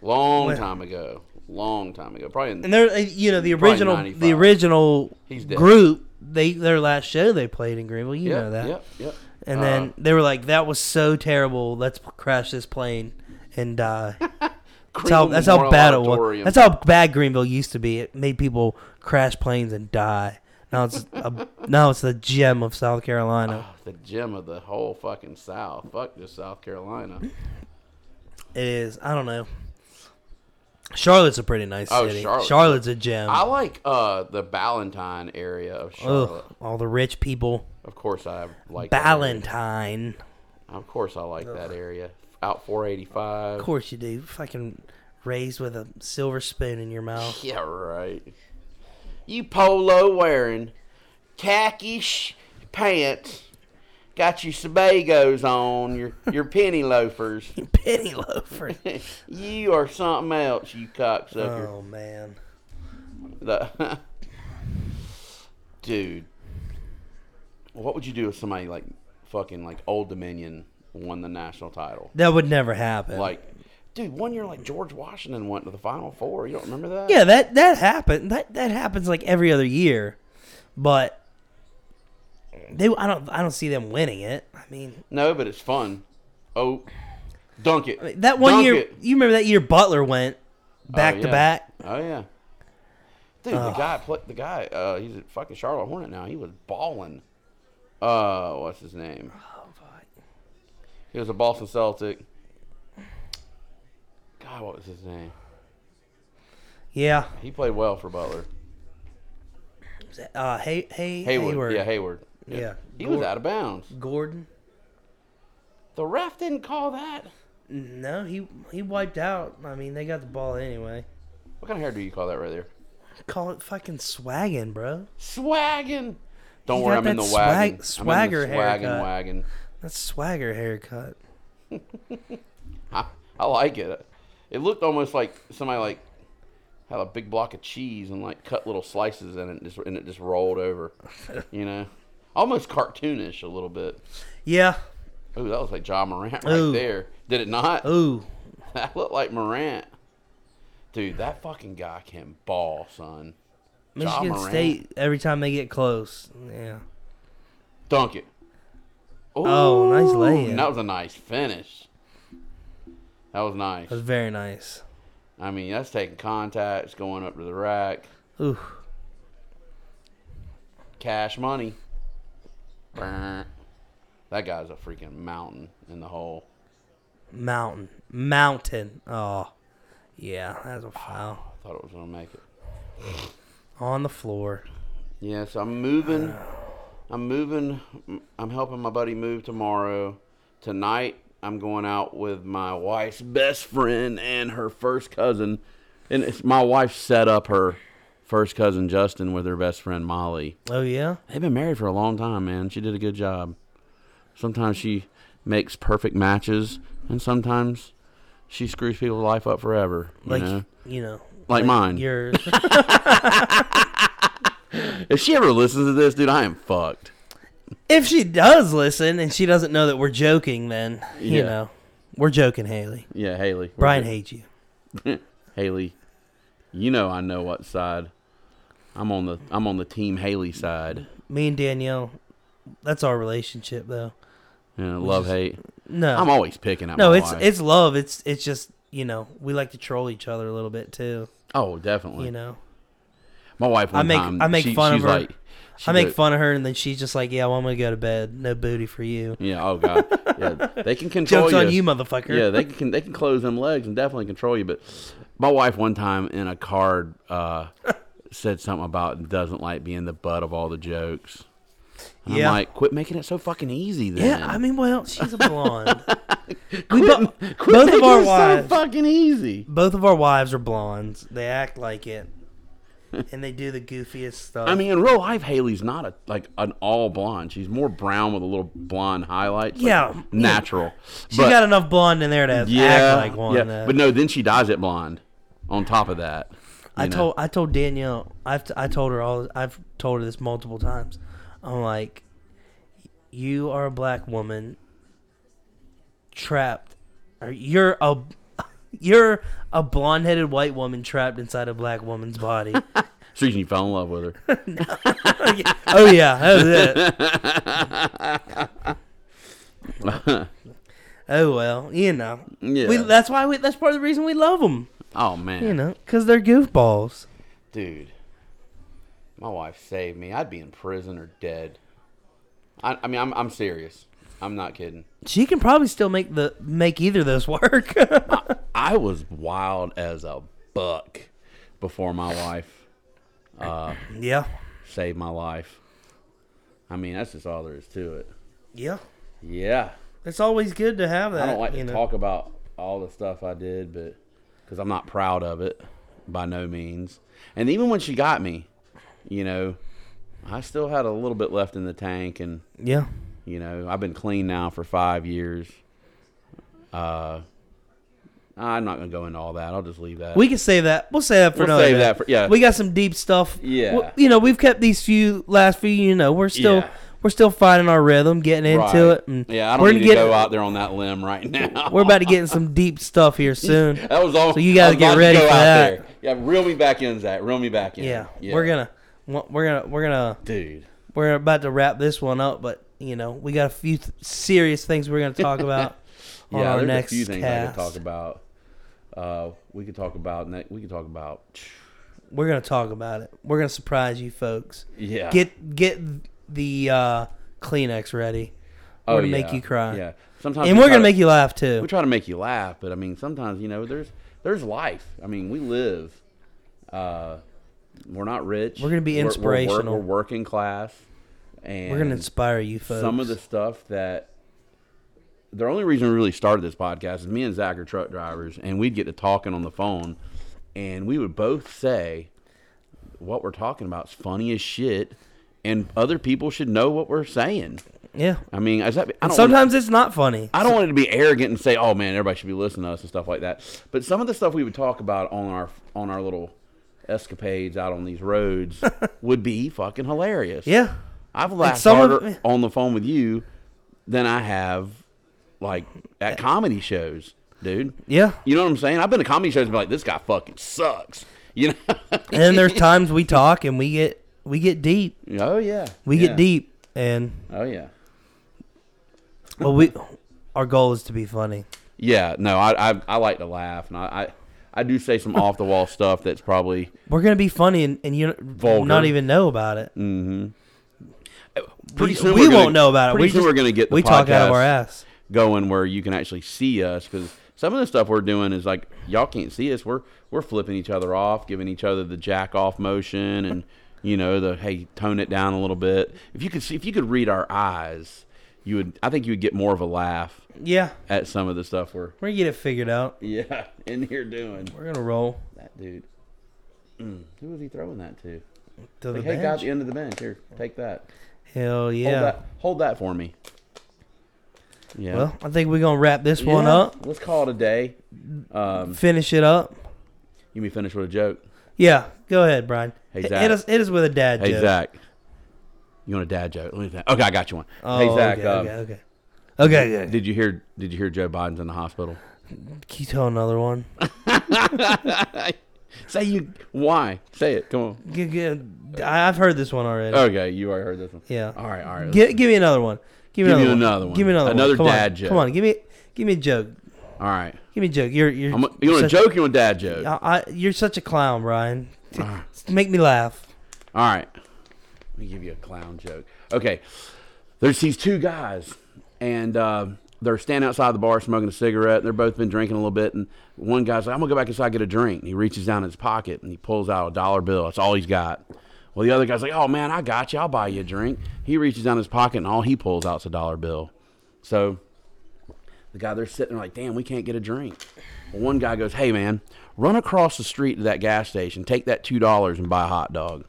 [SPEAKER 2] Long
[SPEAKER 1] When?
[SPEAKER 2] time ago. Long time ago. Probably in,
[SPEAKER 1] And they're uh, you know the original
[SPEAKER 2] 95.
[SPEAKER 1] the original
[SPEAKER 2] He's dead.
[SPEAKER 1] group they their last show they played in Greenville, you
[SPEAKER 2] yep,
[SPEAKER 1] know that.
[SPEAKER 2] Yep, yep.
[SPEAKER 1] And
[SPEAKER 2] Uh,
[SPEAKER 1] then they were like, "That was so terrible. Let's crash this plane and
[SPEAKER 2] [laughs]
[SPEAKER 1] die." That's how,
[SPEAKER 2] Greenville
[SPEAKER 1] that's how
[SPEAKER 2] Memorial
[SPEAKER 1] bad it was.
[SPEAKER 2] Auditorium.
[SPEAKER 1] That's how bad Greenville used to be. It made people crash planes and die. Now it's a, [laughs] now it's the gem of South Carolina.
[SPEAKER 2] Ah, the gem of the whole fucking South. Fuck just South Carolina.
[SPEAKER 1] It is. I don't know. Charlotte's a pretty nice
[SPEAKER 2] Oh,
[SPEAKER 1] city.
[SPEAKER 2] Charlotte.
[SPEAKER 1] Charlotte's a gem.
[SPEAKER 2] I like uh, the Ballantine area of Charlotte.
[SPEAKER 1] Ugh, all the rich people.
[SPEAKER 2] Of course, I like that area.
[SPEAKER 1] Ballantine.
[SPEAKER 2] Of course, I like that area. Out 485.
[SPEAKER 1] Of course you do. Fucking raised with a silver spoon in your mouth.
[SPEAKER 2] [laughs] Yeah, right. You polo wearing, khaki sh- pants, got your sebagos on, your
[SPEAKER 1] [laughs]
[SPEAKER 2] your penny loafers.
[SPEAKER 1] [laughs]
[SPEAKER 2] [laughs]
[SPEAKER 1] Penny loafer.
[SPEAKER 2] you are something else, you
[SPEAKER 1] [laughs]
[SPEAKER 2] cocksucker.
[SPEAKER 1] oh man.
[SPEAKER 2] The- [laughs] Dude, what would you do if somebody like fucking like Old Dominion won the
[SPEAKER 1] [laughs]
[SPEAKER 2] national title?
[SPEAKER 1] That would never happen.
[SPEAKER 2] Like, dude, one year like George Washington went to the Final Four. You don't remember that?
[SPEAKER 1] Yeah, that that happened. That that happens like every other year, but they I don't I don't see them winning it. I mean
[SPEAKER 2] No, but it's fun. Oh, dunk it.
[SPEAKER 1] that one
[SPEAKER 2] Dunk
[SPEAKER 1] year.
[SPEAKER 2] it.
[SPEAKER 1] You remember that year Butler went back
[SPEAKER 2] Oh,
[SPEAKER 1] to
[SPEAKER 2] yeah.
[SPEAKER 1] back.
[SPEAKER 2] Oh yeah. Dude, the guy, pla- the guy, uh, he's at fucking Charlotte Hornet now. He was balling. Uh, what's his name?
[SPEAKER 1] Oh,
[SPEAKER 2] He was a Boston Celtic. God, what was his name?
[SPEAKER 1] Yeah.
[SPEAKER 2] He played well for Butler.
[SPEAKER 1] Uh, hey, hey,
[SPEAKER 2] Hayward,
[SPEAKER 1] Hayward.
[SPEAKER 2] yeah, Hayward.
[SPEAKER 1] Yeah.
[SPEAKER 2] he was out of bounds.
[SPEAKER 1] Gordon.
[SPEAKER 2] The ref didn't call that.
[SPEAKER 1] No, he he wiped out. I mean, they got the ball anyway.
[SPEAKER 2] What kind of hair do you call that right there?
[SPEAKER 1] Call it fucking swagging, bro.
[SPEAKER 2] Swaggin. Don't
[SPEAKER 1] You
[SPEAKER 2] worry,
[SPEAKER 1] got
[SPEAKER 2] I'm in
[SPEAKER 1] that
[SPEAKER 2] the
[SPEAKER 1] swag-
[SPEAKER 2] wagon.
[SPEAKER 1] swagger
[SPEAKER 2] I'm in the swaggin'
[SPEAKER 1] haircut.
[SPEAKER 2] wagon.
[SPEAKER 1] That's swagger haircut.
[SPEAKER 2] I, I like it. It looked almost like somebody like had a big block of cheese and like cut little slices in it, and just and it just
[SPEAKER 1] [laughs]
[SPEAKER 2] rolled over. you know, almost cartoonish a little bit.
[SPEAKER 1] Yeah.
[SPEAKER 2] Oh, that was like John Morant right
[SPEAKER 1] Ooh.
[SPEAKER 2] there. Did it not?
[SPEAKER 1] Ooh.
[SPEAKER 2] [laughs] That looked like Morant. Dude, that fucking guy can ball, son. Ja
[SPEAKER 1] Michigan
[SPEAKER 2] Morant.
[SPEAKER 1] State. Every time they get close. Yeah.
[SPEAKER 2] Dunk it.
[SPEAKER 1] Oh, nice
[SPEAKER 2] Ooh,
[SPEAKER 1] layup.
[SPEAKER 2] That was a nice finish. That was nice.
[SPEAKER 1] That was very nice.
[SPEAKER 2] I mean, that's taking contacts, going up to the rack,
[SPEAKER 1] Ooh.
[SPEAKER 2] cash money. Brr. That guy's a freaking mountain in the hole.
[SPEAKER 1] Mountain. Mountain. Oh. Yeah. That's a foul.
[SPEAKER 2] I thought it was gonna make it.
[SPEAKER 1] On the floor.
[SPEAKER 2] Yeah, so I'm moving. I'm moving. I'm helping my buddy move tomorrow. Tonight, I'm going out with my wife's best friend and her first cousin. And it's, my wife set up her first cousin Justin with her best friend Molly.
[SPEAKER 1] Oh yeah.
[SPEAKER 2] They've been married for a long time, man. She did a good job. Sometimes she makes perfect matches, and sometimes she screws people's life up forever. You
[SPEAKER 1] Like
[SPEAKER 2] know?
[SPEAKER 1] you know.
[SPEAKER 2] like mine. [laughs]
[SPEAKER 1] Yours.
[SPEAKER 2] If she ever listens to this, dude, I am fucked.
[SPEAKER 1] if she does listen and she doesn't know that we're joking, then you
[SPEAKER 2] Yeah.
[SPEAKER 1] know we're joking, Haley.
[SPEAKER 2] Yeah, Haley.
[SPEAKER 1] Brian hates you.
[SPEAKER 2] Haley, you know I know what side. I'm on the I'm on the team Haley side.
[SPEAKER 1] Me and Danielle, that's our relationship though.
[SPEAKER 2] Yeah, love hate.
[SPEAKER 1] No,
[SPEAKER 2] I'm always picking up.
[SPEAKER 1] no,
[SPEAKER 2] my
[SPEAKER 1] it's
[SPEAKER 2] wife.
[SPEAKER 1] it's love. It's it's just you know we like to troll each other a little bit too.
[SPEAKER 2] oh definitely.
[SPEAKER 1] You know,
[SPEAKER 2] my wife. One
[SPEAKER 1] I make-
[SPEAKER 2] time,
[SPEAKER 1] I make
[SPEAKER 2] she-
[SPEAKER 1] fun of
[SPEAKER 2] she's
[SPEAKER 1] her.
[SPEAKER 2] Like, she
[SPEAKER 1] I make
[SPEAKER 2] goes-
[SPEAKER 1] fun of her and then she's just like, "Yeah, well, I'm gonna go to bed. No booty for you."
[SPEAKER 2] Yeah. Oh god. Yeah. They can
[SPEAKER 1] [laughs]
[SPEAKER 2] control
[SPEAKER 1] Jokes on
[SPEAKER 2] you.
[SPEAKER 1] you, motherfucker.
[SPEAKER 2] Yeah, they can they can close them legs and definitely control you. But my wife one time in a card
[SPEAKER 1] [laughs]
[SPEAKER 2] uh, said something about doesn't like being the butt of all the jokes. And
[SPEAKER 1] Yeah.
[SPEAKER 2] I'm like, quit making it so fucking easy. Then
[SPEAKER 1] yeah. I mean, well, she's a blonde. we
[SPEAKER 2] [laughs] quit,
[SPEAKER 1] bo-
[SPEAKER 2] quit
[SPEAKER 1] both
[SPEAKER 2] making
[SPEAKER 1] of our
[SPEAKER 2] it
[SPEAKER 1] wives,
[SPEAKER 2] so fucking easy.
[SPEAKER 1] both of our wives are blondes. They act like it,
[SPEAKER 2] [laughs]
[SPEAKER 1] and they do the goofiest stuff.
[SPEAKER 2] I mean, in real life, Haley's not a like an all blonde. She's more brown with a little blonde highlight.
[SPEAKER 1] Yeah, yeah.
[SPEAKER 2] natural.
[SPEAKER 1] She got enough blonde in there to act like one. uh,
[SPEAKER 2] yeah.
[SPEAKER 1] though.
[SPEAKER 2] But no, then she dyes it blonde. On top of that,
[SPEAKER 1] I
[SPEAKER 2] you know.
[SPEAKER 1] told I told Danielle I've t- I told her all I've told her this multiple times. I'm like, you are a black woman trapped, or you're a [laughs] you're a blonde headed white woman trapped inside a black woman's
[SPEAKER 2] [laughs]
[SPEAKER 1] body. [laughs]
[SPEAKER 2] It's the reason you fell in love with her.
[SPEAKER 1] oh yeah, that was it.
[SPEAKER 2] [laughs]
[SPEAKER 1] oh well, you know.
[SPEAKER 2] Yeah.
[SPEAKER 1] We, that's why we. That's part of the reason we love them.
[SPEAKER 2] Oh man,
[SPEAKER 1] You know, because they're goofballs.
[SPEAKER 2] dude, my wife saved me. I'd be in prison or dead. I, I mean, I'm, I'm serious. I'm not kidding.
[SPEAKER 1] She can probably still make the make either of those work. [laughs]
[SPEAKER 2] Uh, I was wild as a buck before my wife
[SPEAKER 1] yeah.
[SPEAKER 2] saved my life. I mean, that's just all there is to it.
[SPEAKER 1] Yeah.
[SPEAKER 2] Yeah,
[SPEAKER 1] It's always good to have that.
[SPEAKER 2] I don't like
[SPEAKER 1] Uh, you
[SPEAKER 2] to
[SPEAKER 1] know.
[SPEAKER 2] talk about all the stuff I did, but because I'm not proud of it by no means. And even when she got me, you know, I still had a little bit left in the tank, and
[SPEAKER 1] Yeah.
[SPEAKER 2] You know, I've been clean now for five years. Uh, I'm not gonna go into all that. I'll just leave that.
[SPEAKER 1] We can save that. We'll save that for
[SPEAKER 2] We'll
[SPEAKER 1] another.
[SPEAKER 2] save
[SPEAKER 1] day.
[SPEAKER 2] that for- yeah.
[SPEAKER 1] We got some deep stuff.
[SPEAKER 2] Yeah.
[SPEAKER 1] W- you know, we've kept these few last few. You know, we're still
[SPEAKER 2] Yeah.
[SPEAKER 1] we're still finding our rhythm, getting
[SPEAKER 2] Right.
[SPEAKER 1] into it. And
[SPEAKER 2] yeah, I don't
[SPEAKER 1] we're
[SPEAKER 2] need to
[SPEAKER 1] getting-
[SPEAKER 2] go out there on that limb right [laughs] now.
[SPEAKER 1] We're about to get in some deep stuff
[SPEAKER 2] [laughs]
[SPEAKER 1] here soon.
[SPEAKER 2] that was all.
[SPEAKER 1] So you gotta
[SPEAKER 2] I was
[SPEAKER 1] get
[SPEAKER 2] about
[SPEAKER 1] ready
[SPEAKER 2] go
[SPEAKER 1] for
[SPEAKER 2] out
[SPEAKER 1] that.
[SPEAKER 2] There. Yeah, reel me back in, Zach. Reel me back in.
[SPEAKER 1] Yeah, we're gonna we're gonna we're gonna
[SPEAKER 2] Dude.
[SPEAKER 1] we're about to wrap this one up, but you know we got a few th- serious things we're gonna talk
[SPEAKER 2] [laughs]
[SPEAKER 1] about on
[SPEAKER 2] Yeah,
[SPEAKER 1] our
[SPEAKER 2] there's
[SPEAKER 1] next
[SPEAKER 2] a few things I
[SPEAKER 1] cast.
[SPEAKER 2] could talk about. Uh, we could talk about. Ne- we could talk about.
[SPEAKER 1] We're gonna talk about it. We're gonna surprise you folks.
[SPEAKER 2] Yeah.
[SPEAKER 1] Get get the uh, Kleenex ready. We're gonna make
[SPEAKER 2] Oh, yeah.
[SPEAKER 1] you cry.
[SPEAKER 2] Yeah. Sometimes
[SPEAKER 1] And
[SPEAKER 2] we
[SPEAKER 1] we're
[SPEAKER 2] try
[SPEAKER 1] gonna
[SPEAKER 2] to-
[SPEAKER 1] make you laugh
[SPEAKER 2] We
[SPEAKER 1] too.
[SPEAKER 2] try to make you laugh, but I mean, sometimes you know, there's there's life. I mean, we live. Uh, we're not rich.
[SPEAKER 1] We're gonna be
[SPEAKER 2] We're- we're work-
[SPEAKER 1] inspirational.
[SPEAKER 2] We're, working class, and
[SPEAKER 1] We're gonna inspire you folks.
[SPEAKER 2] some of the stuff that the only reason we really started this podcast is me and Zach are truck drivers, and we'd get to talking on the phone, and we would both say what we're talking about is funny as shit, and other people should know what we're saying.
[SPEAKER 1] yeah.
[SPEAKER 2] I mean, is that, I don't wanna-
[SPEAKER 1] Sometimes it's not funny.
[SPEAKER 2] I don't want it to be arrogant and say, "Oh man, everybody should be listening to us" and stuff like that. But some of the stuff we would talk about on our on our little escapades out on these [laughs] roads would be fucking hilarious.
[SPEAKER 1] yeah.
[SPEAKER 2] I've laughed
[SPEAKER 1] some of-
[SPEAKER 2] harder on the phone with you than I have like at comedy shows, dude. [laughs]
[SPEAKER 1] Yeah.
[SPEAKER 2] You know what I'm saying? I've been to comedy shows and been like, "This guy fucking sucks." [laughs] You know?
[SPEAKER 1] And then there's times we talk and we get we get deep.
[SPEAKER 2] oh yeah,
[SPEAKER 1] We
[SPEAKER 2] Yeah.
[SPEAKER 1] get deep and
[SPEAKER 2] Oh yeah.
[SPEAKER 1] well we our goal is to be funny.
[SPEAKER 2] Yeah, no, I, I I like to laugh, and I I, I do say some off the wall [laughs] stuff that's probably
[SPEAKER 1] We're gonna be funny and, and you
[SPEAKER 2] Vulgar. Mm-hmm.
[SPEAKER 1] not even know about it.
[SPEAKER 2] pretty
[SPEAKER 1] We-
[SPEAKER 2] soon
[SPEAKER 1] we
[SPEAKER 2] we're gonna-
[SPEAKER 1] won't know about it.
[SPEAKER 2] Pretty
[SPEAKER 1] We
[SPEAKER 2] soon
[SPEAKER 1] just-
[SPEAKER 2] we're going to get the
[SPEAKER 1] we talk out of our
[SPEAKER 2] podcast
[SPEAKER 1] ass.
[SPEAKER 2] going where you can actually see us because some of the stuff we're doing is like y'all can't see us. We're we're flipping each other off, giving each other the jack off motion, and [laughs] you know the hey tone it down a little bit. If you could see, if you could read our eyes, you would. I think you would get more of a laugh
[SPEAKER 1] Yeah,
[SPEAKER 2] at some of the stuff we're
[SPEAKER 1] we're gonna get it figured out.
[SPEAKER 2] yeah [laughs] in here doing.
[SPEAKER 1] We're gonna roll
[SPEAKER 2] That dude, Mm, who was he throwing that to?
[SPEAKER 1] to the
[SPEAKER 2] Like, hey, guy at
[SPEAKER 1] bench.
[SPEAKER 2] the end of the bench. Here, take that.
[SPEAKER 1] Hell yeah.
[SPEAKER 2] Hold that. Hold that for me. Yeah.
[SPEAKER 1] Well, I think we're gonna wrap this one
[SPEAKER 2] Yeah,
[SPEAKER 1] up,
[SPEAKER 2] Let's call it a day. Um,
[SPEAKER 1] finish it up.
[SPEAKER 2] you may finish with a joke.
[SPEAKER 1] Yeah, go ahead, Brian.
[SPEAKER 2] Hey,
[SPEAKER 1] Hit-
[SPEAKER 2] Zach.
[SPEAKER 1] Hit us, hit us with a dad
[SPEAKER 2] Hey
[SPEAKER 1] joke.
[SPEAKER 2] Zach, you want a dad joke? Let me think. Okay, I got you one.
[SPEAKER 1] Oh,
[SPEAKER 2] hey Zach,
[SPEAKER 1] okay,
[SPEAKER 2] uh,
[SPEAKER 1] okay, okay, okay, okay.
[SPEAKER 2] did you hear? Did you hear Joe Biden's in the hospital?
[SPEAKER 1] Can you tell another one?
[SPEAKER 2] Say you why? Say it. Come on.
[SPEAKER 1] G- g- I- I've heard this one already.
[SPEAKER 2] Okay, you already heard this one.
[SPEAKER 1] yeah.
[SPEAKER 2] All right, all right.
[SPEAKER 1] Gi- give me another one. Give me
[SPEAKER 2] Give
[SPEAKER 1] another,
[SPEAKER 2] you
[SPEAKER 1] one.
[SPEAKER 2] another one.
[SPEAKER 1] Give me another
[SPEAKER 2] Another
[SPEAKER 1] one. Come
[SPEAKER 2] dad
[SPEAKER 1] on.
[SPEAKER 2] joke.
[SPEAKER 1] Come on, give me give me a joke.
[SPEAKER 2] all right.
[SPEAKER 1] Give me a joke. You're you're
[SPEAKER 2] I'm, you want a
[SPEAKER 1] such-
[SPEAKER 2] joke? You want a dad joke?
[SPEAKER 1] I, I, you're such a clown, Brian.
[SPEAKER 2] Ah.
[SPEAKER 1] Make me laugh.
[SPEAKER 2] All right. Let me give you a clown joke. Okay. There's these two guys, and uh, they're standing outside the bar smoking a cigarette. They're both been drinking a little bit, and one guy's like, I'm going to go back inside and get a drink. And he reaches down in his pocket and he pulls out a dollar bill. That's all he's got. Well, the other guy's like, Oh, man, I got you. I'll buy you a drink. He reaches down his pocket, and all he pulls out is a dollar bill. So the guy they're sitting there like, damn, we can't get a drink. Well, one guy goes, hey man, run across the street to that gas station, take that two dollars and buy a hot dog.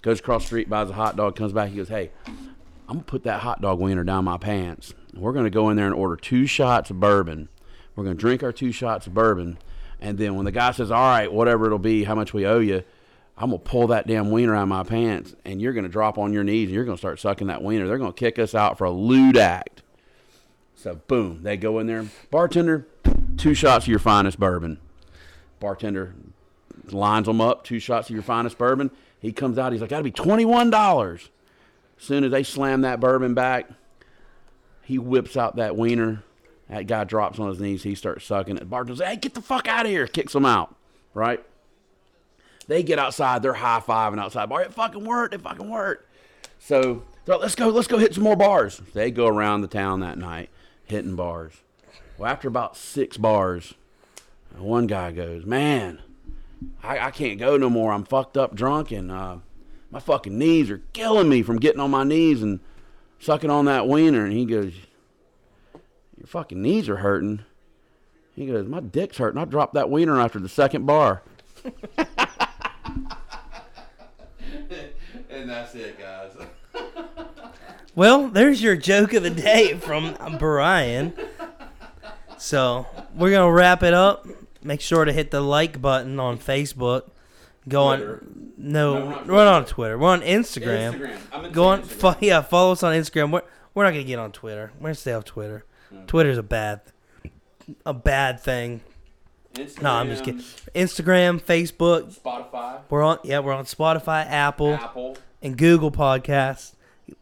[SPEAKER 2] Goes across the street, buys a hot dog, comes back, he goes, hey, I'm gonna put that hot dog wiener down my pants. We're gonna go in there and order two shots of bourbon. We're gonna drink our two shots of bourbon, and then when the guy says, all right, whatever it'll be, how much we owe you. I'm gonna pull that damn wiener out of my pants, and you're gonna drop on your knees, and you're gonna start sucking that wiener. They're gonna kick us out for a lewd act. So boom, they go in there. Bartender, two shots of your finest bourbon. Bartender lines them up, two shots of your finest bourbon. He comes out, he's like, "That'll be twenty-one dollars." Soon as they slam that bourbon back, he whips out that wiener. That guy drops on his knees. He starts sucking it. Bartender's like, "Hey, get the fuck out of here!" Kicks him out. Right? They get outside. They're high fiving outside. Bar, it fucking worked. It fucking worked. So they're like, let's go, let's go hit some more bars. They go around the town that night hitting bars. Well, after about six bars, one guy goes, man, I, I can't go no more. I'm fucked up drunk and uh, my fucking knees are killing me from getting on my knees and sucking on that wiener. And he goes, your fucking knees are hurting. He goes, my dick's hurting. I dropped that wiener after the second bar. and that's it, guys.
[SPEAKER 1] Well, there's your joke of the day from Brian. So we're gonna wrap it up. Make sure to hit the like button on Facebook. Go
[SPEAKER 2] Twitter.
[SPEAKER 1] on. No,
[SPEAKER 2] No, we're not
[SPEAKER 1] we're not on Twitter. We're on Instagram.
[SPEAKER 2] I'm
[SPEAKER 1] Go on. Fo-
[SPEAKER 2] Instagram.
[SPEAKER 1] yeah, follow us on Instagram. We're we're not gonna get on Twitter. We're gonna stay off Twitter. Twitter's a bad, a bad thing. No, I'm just kidding. Instagram, Facebook.
[SPEAKER 2] Spotify,
[SPEAKER 1] We're on. Yeah, we're on Spotify, Apple,
[SPEAKER 2] Apple.
[SPEAKER 1] and Google Podcasts.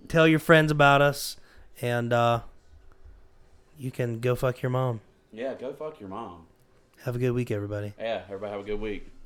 [SPEAKER 1] Tell your friends about us, and uh, you can go fuck your mom.
[SPEAKER 2] Yeah, go fuck your mom.
[SPEAKER 1] Have a good week, everybody.
[SPEAKER 2] Yeah, everybody have a good week.